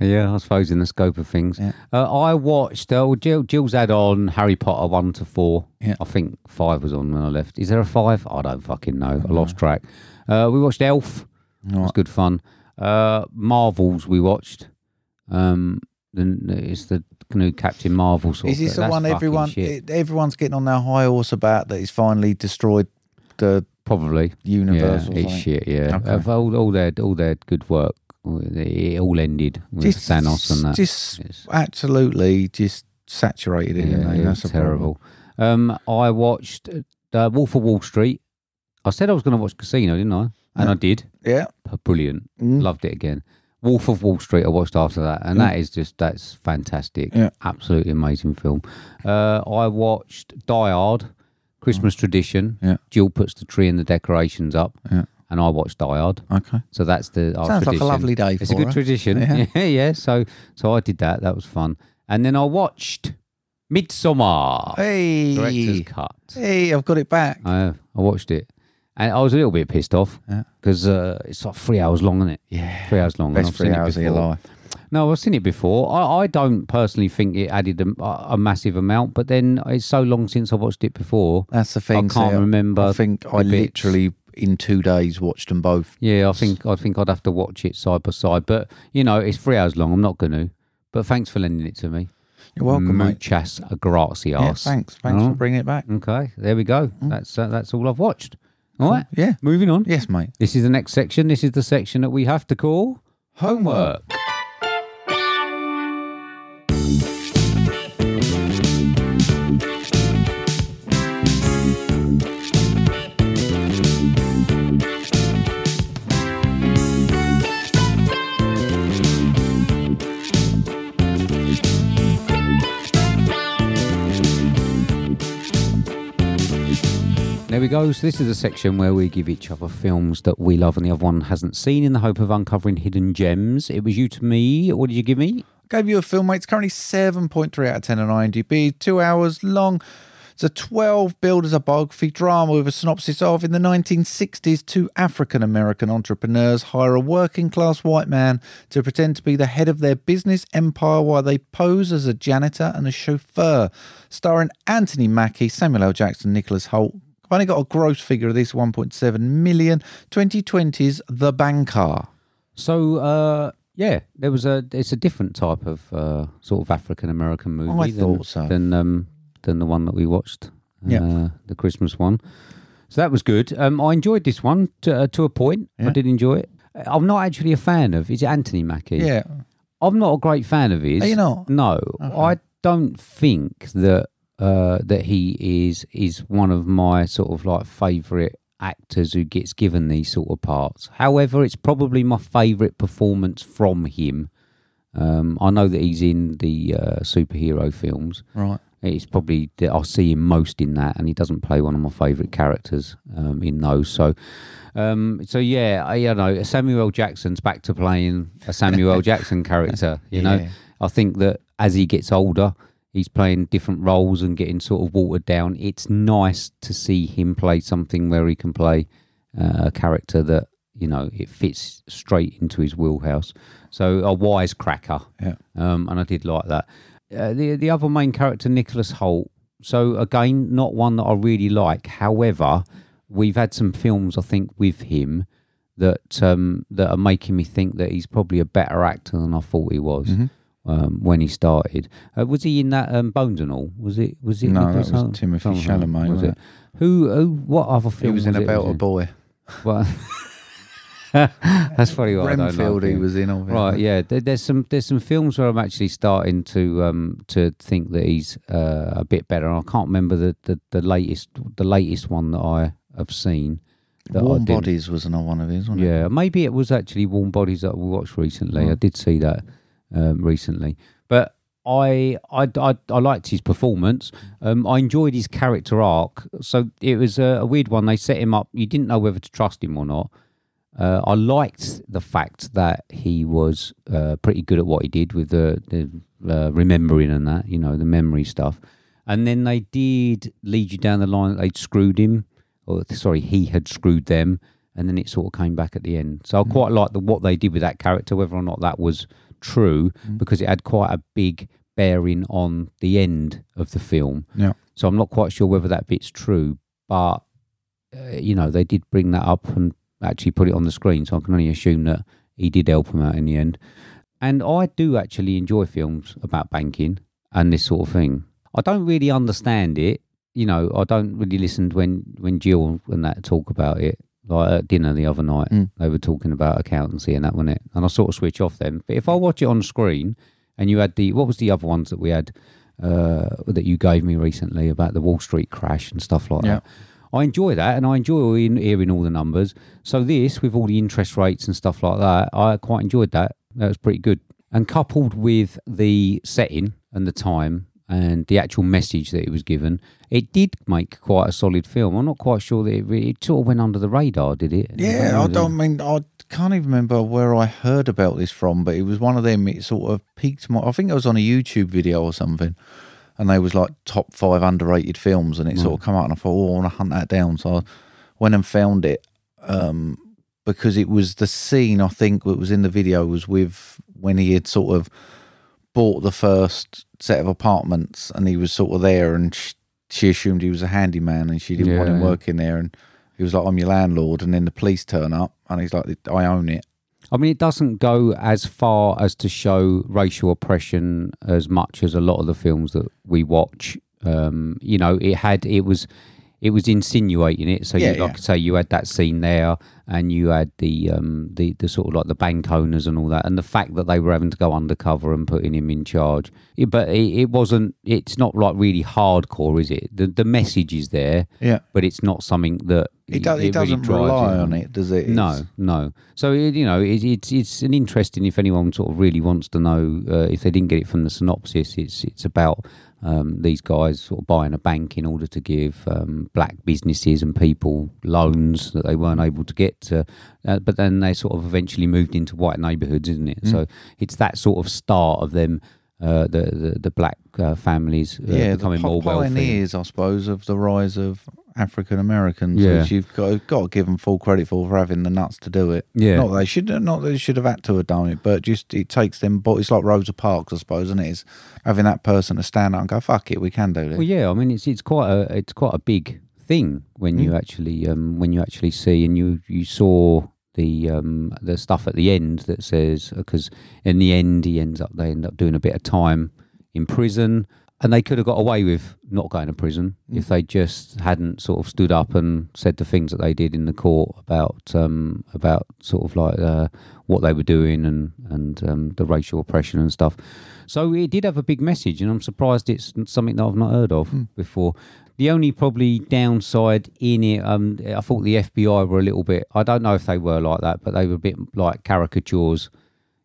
Speaker 2: Yeah, I suppose in the scope of things. Uh, I watched, uh, well, Jill, Jill's had on Harry Potter 1 to 4.
Speaker 1: Yeah.
Speaker 2: I think 5 was on when I left. Is there a 5? I don't fucking know. I lost track. Uh, we watched Elf. It was good fun. Uh, Marvels we watched. Um, then it's the new Captain Marvel sort
Speaker 1: Is
Speaker 2: of
Speaker 1: this
Speaker 2: thing.
Speaker 1: the
Speaker 2: That's
Speaker 1: one
Speaker 2: fucking
Speaker 1: everyone
Speaker 2: shit.
Speaker 1: it- everyone's getting on their high horse about that he's finally destroyed the
Speaker 2: Probably.
Speaker 1: universe?
Speaker 2: Yeah,
Speaker 1: or
Speaker 2: it's
Speaker 1: something?
Speaker 2: shit, yeah.
Speaker 1: Okay.
Speaker 2: Of All, all, their, all their good work, it all ended with
Speaker 1: Just-
Speaker 2: Thanos and that.
Speaker 1: Just
Speaker 2: It's-
Speaker 1: absolutely just saturated in it.
Speaker 2: Yeah,
Speaker 1: mate.
Speaker 2: it
Speaker 1: That's
Speaker 2: was
Speaker 1: a problem.
Speaker 2: terrible. Um, I watched uh, Wolf of Wall Street. I said I was going to watch Casino, didn't I? And I did.
Speaker 1: Yeah, Mm.
Speaker 2: P- Brilliant. Loved it again. Wolf of Wall Street. I watched after that, and that is just that's fantastic.
Speaker 1: Yeah.
Speaker 2: Absolutely amazing film. Uh, I watched Die Hard, Christmas tradition.
Speaker 1: Mm. Yeah.
Speaker 2: Jill puts the tree and the decorations up, and I watched Die Hard.
Speaker 1: okay.
Speaker 2: So that's the our
Speaker 1: Sounds like a
Speaker 2: tradition.
Speaker 1: lovely day
Speaker 2: It's
Speaker 1: for
Speaker 2: a good
Speaker 1: her.
Speaker 2: tradition. Yeah. yeah, So so I did that. That was fun. And then I watched Midsommar director's
Speaker 1: Hey,
Speaker 2: cut.
Speaker 1: hey, I've got it back.
Speaker 2: I have. I watched it, and I was a little bit pissed off because uh, it's like three hours long, isn't it? Yeah, three hours long. and
Speaker 1: Best
Speaker 2: I've
Speaker 1: three
Speaker 2: seen it
Speaker 1: hours of your
Speaker 2: before.
Speaker 1: life.
Speaker 2: No, I've seen it before. I, I don't personally think it added a, a massive amount, but then it's so long since I watched it before.
Speaker 1: That's the thing.
Speaker 2: I can't
Speaker 1: see,
Speaker 2: remember.
Speaker 1: I think
Speaker 2: the
Speaker 1: I
Speaker 2: bits.
Speaker 1: literally in two days watched them both.
Speaker 2: Yeah, I think I think I'd have to watch it side by side. But you know, it's three hours long. I'm not going to. But thanks for lending it to me.
Speaker 1: You're welcome, mate.
Speaker 2: Muchas gracias.
Speaker 1: Yeah, thanks, thanks for bringing it back.
Speaker 2: Okay, there we go. That's uh, that's all I've watched. All right.
Speaker 1: Yeah.
Speaker 2: Moving on.
Speaker 1: Yes, mate.
Speaker 2: This is the next section. This is the section that we have to call homework. There we go. So this is a section where we give each other films that we love and the other one hasn't seen in the hope of uncovering hidden gems. It was you to me. What did you give me?
Speaker 1: gave you a film, mate. It's currently 7.3 out of 10 on IMDb, two hours long. It's a 12 build as a biography drama with a synopsis of in the 1960s, two African American entrepreneurs hire a working class white man to pretend to be the head of their business empire while they pose as a janitor and a chauffeur. Starring Anthony Mackie, Samuel L. Jackson, Nicholas Holt. I've only got a gross figure of this 1.7 million. 2020's The Bankar.
Speaker 2: So uh, yeah, there was a. It's a different type of uh, sort of African American
Speaker 1: I
Speaker 2: movie. than,
Speaker 1: thought so.
Speaker 2: Than um, than the one that we watched.
Speaker 1: Yeah.
Speaker 2: uh, the Christmas one. So that was good. Um, I enjoyed this one to, uh, to a point. I did enjoy it. I'm not actually a fan of. Is it Anthony Mackie?
Speaker 1: Yeah.
Speaker 2: I'm not a great fan of his.
Speaker 1: Are you not?
Speaker 2: No, I don't think that uh, that he is is one of my sort of like favourite actors who gets given these sort of parts. However, it's probably my favourite performance from him. Um, I know that he's in the uh, superhero films.
Speaker 1: Right.
Speaker 2: It's probably that I see him most in that, and he doesn't play one of my favourite characters um, in those. So, um, so yeah, I, you know, Samuel Jackson's back to playing a Samuel Jackson character. You know,
Speaker 1: Yeah.
Speaker 2: I think that as he gets older, he's playing different roles and getting sort of watered down. It's nice to see him play something where he can play uh, a character that you know it fits straight into his wheelhouse. So a wisecracker,
Speaker 1: Yeah.
Speaker 2: um, and I did like that. Uh, the the other main character, Nicholas Holt. So again, not one that I really like. However, we've had some films I think with him that um, that are making me think that he's probably a better actor than I thought he was
Speaker 1: Mm-hmm.
Speaker 2: um, when he started. Uh, was he in that um, Bones and All? Was it? Was it?
Speaker 1: No, that
Speaker 2: Nicholas
Speaker 1: was
Speaker 2: Holt?
Speaker 1: Timothy
Speaker 2: Something like that,
Speaker 1: Chalamet,
Speaker 2: Was
Speaker 1: wasn't
Speaker 2: it? Who? Who? What other film?
Speaker 1: He was in
Speaker 2: it,
Speaker 1: About a Boy.
Speaker 2: Well, that's probably why Oh, I don't
Speaker 1: Renfield
Speaker 2: like
Speaker 1: he
Speaker 2: him.
Speaker 1: was in, obviously.
Speaker 2: Right, yeah. There, there's some there's some films where I'm actually starting to um to think that he's uh, a bit better. And I can't remember the, the, the latest the latest one that I have seen. That I
Speaker 1: Warm
Speaker 2: didn't-
Speaker 1: Bodies was another one of his, wasn't it?
Speaker 2: Yeah, maybe it was actually Warm Bodies that we watched recently. I did see that um, recently, but I, I I I liked his performance. Um, I enjoyed his character arc. So it was a, a weird one. They set him up. You didn't know whether to trust him or not. Uh, I liked the fact that he was uh, pretty good at what he did with the, the uh, remembering and that, you know, the memory stuff. And then they did lead you down the line that they'd screwed him, or sorry, he had screwed them. And then it sort of came back at the end. So I quite liked the, what they did with that character, whether or not that was true, because it had quite a big bearing on the end of the film.
Speaker 1: Yeah.
Speaker 2: So I'm not quite sure whether that bit's true, but uh, you know, they did bring that up and actually put it on the screen. So I can only assume that he did help him out in the end. And I do actually enjoy films about banking and this sort of thing. I don't really understand it. You know, I don't really listen to when, when Jill and that talk about it. Like at dinner the other night, they were talking about accountancy and that, wasn't it? And I sort of switch off then. But if I watch it on screen and you had the, what was the other ones that we had uh, that you gave me recently about the Wall Street crash and stuff like
Speaker 1: Yeah.
Speaker 2: that? I enjoy that, and I enjoy in- hearing all the numbers. So this, with all the interest rates and stuff like that, I quite enjoyed that. That was pretty good. And coupled with the setting and the time and the actual message that it was given, it did make quite a solid film. I'm not quite sure that it really it sort of went under the radar, did it?
Speaker 1: Yeah, I don't mean I can't even remember where I heard about this from, but it was one of them. It sort of piqued my. I think it was on a YouTube video or something, and they was like top five underrated films, and it sort of come out, and I thought, oh, I want to hunt that down. So I went and found it um, because it was the scene I think that was in the video was with when he had sort of bought the first set of apartments, and he was sort of there, and sh- she assumed he was a handyman, and she didn't want him
Speaker 2: Yeah.
Speaker 1: working there, and he was like, I'm your landlord. And then the police turn up and he's like, I own it.
Speaker 2: I mean, it doesn't go as far as to show racial oppression as much as a lot of the films that we watch. Um, you know, it had it was it was insinuating it. So,
Speaker 1: Yeah,
Speaker 2: you, like
Speaker 1: yeah.
Speaker 2: I say, you had that scene there, and you had the um, the the sort of like the bank owners and all that, and the fact that they were having to go undercover and putting him in charge. It, but it, it wasn't. It's not like really hardcore, is it? The the message is there,
Speaker 1: Yeah.
Speaker 2: but it's not something that
Speaker 1: It, do, it,
Speaker 2: really
Speaker 1: doesn't
Speaker 2: drives
Speaker 1: rely on it, does it?
Speaker 2: no,
Speaker 1: It's-
Speaker 2: no. So it, you know, it, it's it's an interesting. If anyone sort of really wants to know, uh, if they didn't get it from the synopsis, it's it's about um, these guys sort of buying a bank in order to give um, black businesses and people loans that they weren't able to get. To, uh, but then they sort of eventually moved into white neighbourhoods, isn't
Speaker 1: Mm.
Speaker 2: it? So it's that sort of start of them. Uh, the, the the black uh, families uh,
Speaker 1: yeah, the
Speaker 2: becoming
Speaker 1: pi-
Speaker 2: more wealthy.
Speaker 1: pioneers, I suppose, of the rise of African Americans,
Speaker 2: Yeah.
Speaker 1: which you've got, got to give them full credit for for having the nuts to do it.
Speaker 2: Yeah.
Speaker 1: not that they should, not that they should have had to have done it, but just it takes them. But it's like Rosa Parks, I suppose, and it is having that person to stand up and go, "Fuck it, we can do this."
Speaker 2: Well, yeah, I mean it's it's quite a it's quite a big thing when you actually um, when you actually see and you you saw the um, the stuff at the end that says because in the end he ends up they end up doing a bit of time in prison and they could have got away with not going to prison if they just hadn't sort of stood up and said the things that they did in the court about um, about sort of like uh, what they were doing and and um, the racial oppression and stuff. So it did have a big message, and I'm surprised it's n- something that I've not heard
Speaker 1: Hmm.
Speaker 2: of before. The only probably downside in it, um, I thought the FBI were a little bit. I don't know if they were like that, but they were a bit like caricatures.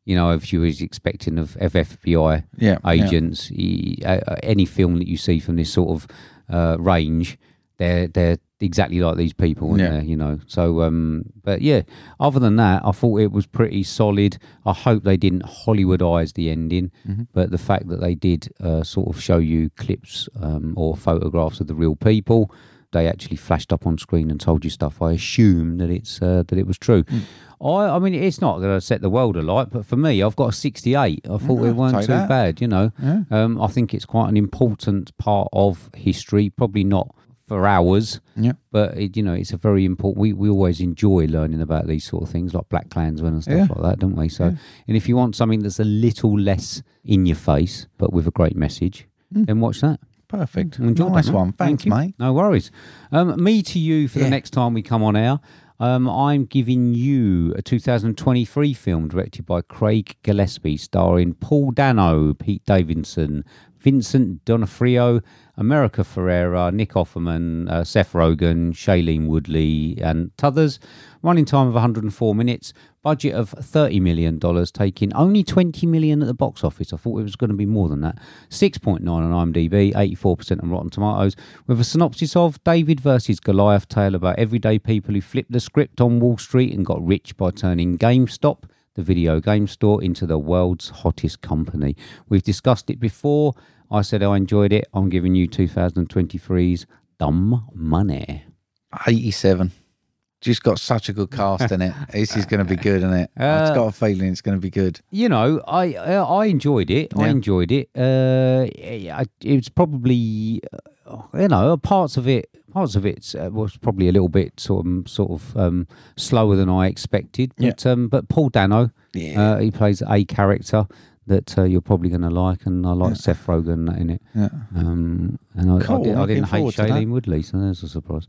Speaker 2: You know, if you was expecting of, of FBI
Speaker 1: Yeah, yeah.
Speaker 2: agents, e- uh, uh, any film that you see from this sort of uh, range, they're they're exactly like these people, aren't
Speaker 1: Yeah.
Speaker 2: they? You know, so um, but yeah. Other than that, I thought it was pretty solid. I hope they didn't Hollywoodize the ending,
Speaker 1: Mm-hmm.
Speaker 2: but the fact that they did uh, sort of show you clips um, or photographs of the real people. They actually flashed up on screen and told you stuff. I assume that it's uh, that it was true.
Speaker 1: Mm.
Speaker 2: I, I mean, it's not going to set the world alight, but for me, I've got a sixty-eight. I thought it weren't
Speaker 1: take
Speaker 2: too
Speaker 1: that.
Speaker 2: bad bad, you know. Um, I think it's quite an important part of history, probably not for hours,
Speaker 1: Yeah.
Speaker 2: but it, you know, it's a very important. We, we always enjoy learning about these sort of things, like Black Klansmen and stuff
Speaker 1: Yeah.
Speaker 2: like that, don't we? So, and if you want something that's a little less in your face, but with a great message,
Speaker 1: Hmm.
Speaker 2: then watch that.
Speaker 1: perfect.
Speaker 2: Enjoyed that,
Speaker 1: nice
Speaker 2: mate.
Speaker 1: one, thanks,
Speaker 2: Thank you.
Speaker 1: mate.
Speaker 2: No worries. Um, me to you for the
Speaker 1: Yeah.
Speaker 2: next time we come on air. Um, I'm giving you a 2023 film directed by Craig Gillespie, starring Paul Dano, Pete Davidson, Vincent D'Onofrio, America Ferrera, Nick Offerman, uh, Seth Rogen, Shailene Woodley, and others. Running time of 104 minutes, budget of $30 million, taking only $20 million at the box office. I thought it was going to be more than that. 6.9 on IMDb, 84% on Rotten Tomatoes, with a synopsis of David versus Goliath tale about everyday people who flipped the script on Wall Street and got rich by turning GameStop, the video game store, into the world's hottest company. We've discussed it before. I said I enjoyed it. I'm giving you 2023's Dumb Money.
Speaker 1: 87. Just got such a good cast in it. This is going to be good, isn't it?
Speaker 2: Uh,
Speaker 1: I've got a feeling it's going to be good.
Speaker 2: you know, I I, I enjoyed it. I
Speaker 1: Yeah.
Speaker 2: enjoyed it. Uh, I, it was probably, uh, you know, parts of it. Parts of it uh, was probably a little bit sort of, sort of um, slower than I expected. But um, but Paul Dano, uh, he plays a character that uh, you're probably going to like, and I like Seth Rogen in it. Yeah. Um, and I,
Speaker 1: Cool,
Speaker 2: I, did, I
Speaker 1: looking
Speaker 2: didn't hate
Speaker 1: forward to that.
Speaker 2: Shailene Woodley, so there's a surprise.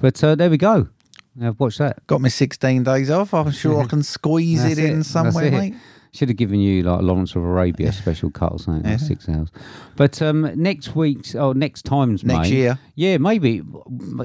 Speaker 2: But uh, there we go. Now watch that.
Speaker 1: Got my 16 days off. I'm sure I can squeeze it
Speaker 2: That's
Speaker 1: in
Speaker 2: that's
Speaker 1: somewhere,
Speaker 2: it.
Speaker 1: mate.
Speaker 2: Should have given you like Lawrence of Arabia special cut or something, like six hours. But um, next week's oh, next time's
Speaker 1: Next
Speaker 2: mate.
Speaker 1: year.
Speaker 2: yeah, maybe.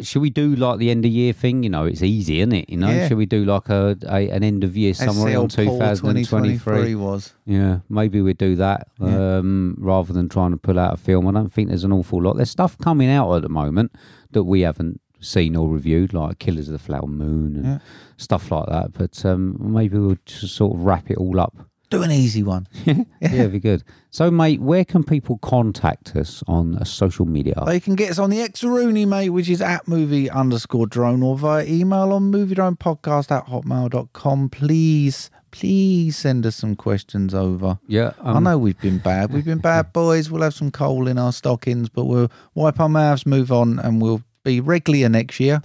Speaker 2: Should we do like the end of year thing? You know, it's easy, isn't it? You know,
Speaker 1: Yeah.
Speaker 2: should we do like a, a an end of year summary on
Speaker 1: SL Paul
Speaker 2: 2023?
Speaker 1: was.
Speaker 2: Yeah, maybe we do that um, rather than trying to pull out a film. I don't think there's an awful lot. There's stuff coming out at the moment that we haven't seen or reviewed, like Killers of the Flower Moon and stuff like that. But um, maybe we'll just sort of wrap it all up.
Speaker 1: Do an easy one.
Speaker 2: Yeah, it'd be good. So, mate, where can people contact us on uh, social media?
Speaker 1: They Oh, can get us on the ex Rooney, mate, which is at movie underscore drone or via email on movie drone podcast at hotmail.com. Please, please send us some questions over.
Speaker 2: Yeah,
Speaker 1: I
Speaker 2: um,
Speaker 1: know we've been bad. We've been bad boys. We'll have some coal in our stockings, but we'll wipe our mouths, move on, and we'll be regular next year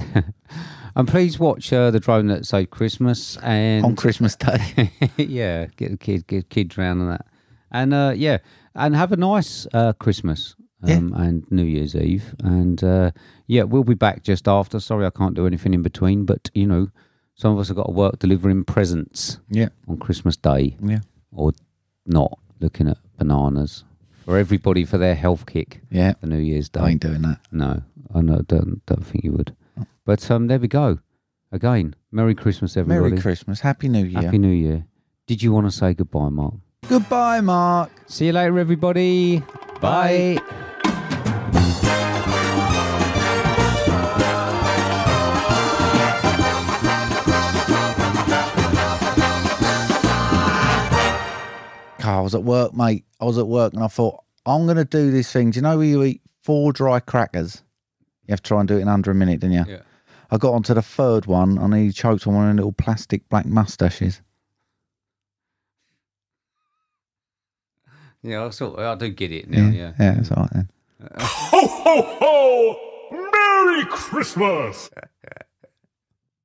Speaker 2: And please watch uh, the drone that saved Christmas and
Speaker 1: on Christmas Day.
Speaker 2: yeah, get the kid, get kids round and that, and uh, yeah, and have a nice uh, Christmas um, and New Year's Eve, and uh, yeah, we'll be back just after. Sorry, I can't do anything in between, but you know, Some of us have got to work delivering presents
Speaker 1: Yeah.
Speaker 2: on Christmas Day
Speaker 1: Yeah.
Speaker 2: or not looking at bananas for everybody for their health kick
Speaker 1: Yeah.
Speaker 2: for New Year's Day.
Speaker 1: I ain't doing that. Oh.
Speaker 2: No, I no, don't, don't think you would. But um, there we go. Again, Merry Christmas, everybody.
Speaker 1: Merry Christmas. Happy New Year.
Speaker 2: Happy New Year. Did you want to say goodbye, Mark?
Speaker 1: Goodbye, Mark.
Speaker 2: See you later, everybody. Bye.
Speaker 1: God, I was at work, mate. I was at work and I thought, I'm going to do this thing. Do you know where you eat four dry crackers? You have to try and do it in under a minute, didn't you?
Speaker 2: Yeah.
Speaker 1: I got onto the third one and he choked on one of the little plastic black mustaches.
Speaker 2: Yeah, I sort I do get it
Speaker 1: Yeah, it's all right then.
Speaker 3: Ho, ho, ho! Merry Christmas!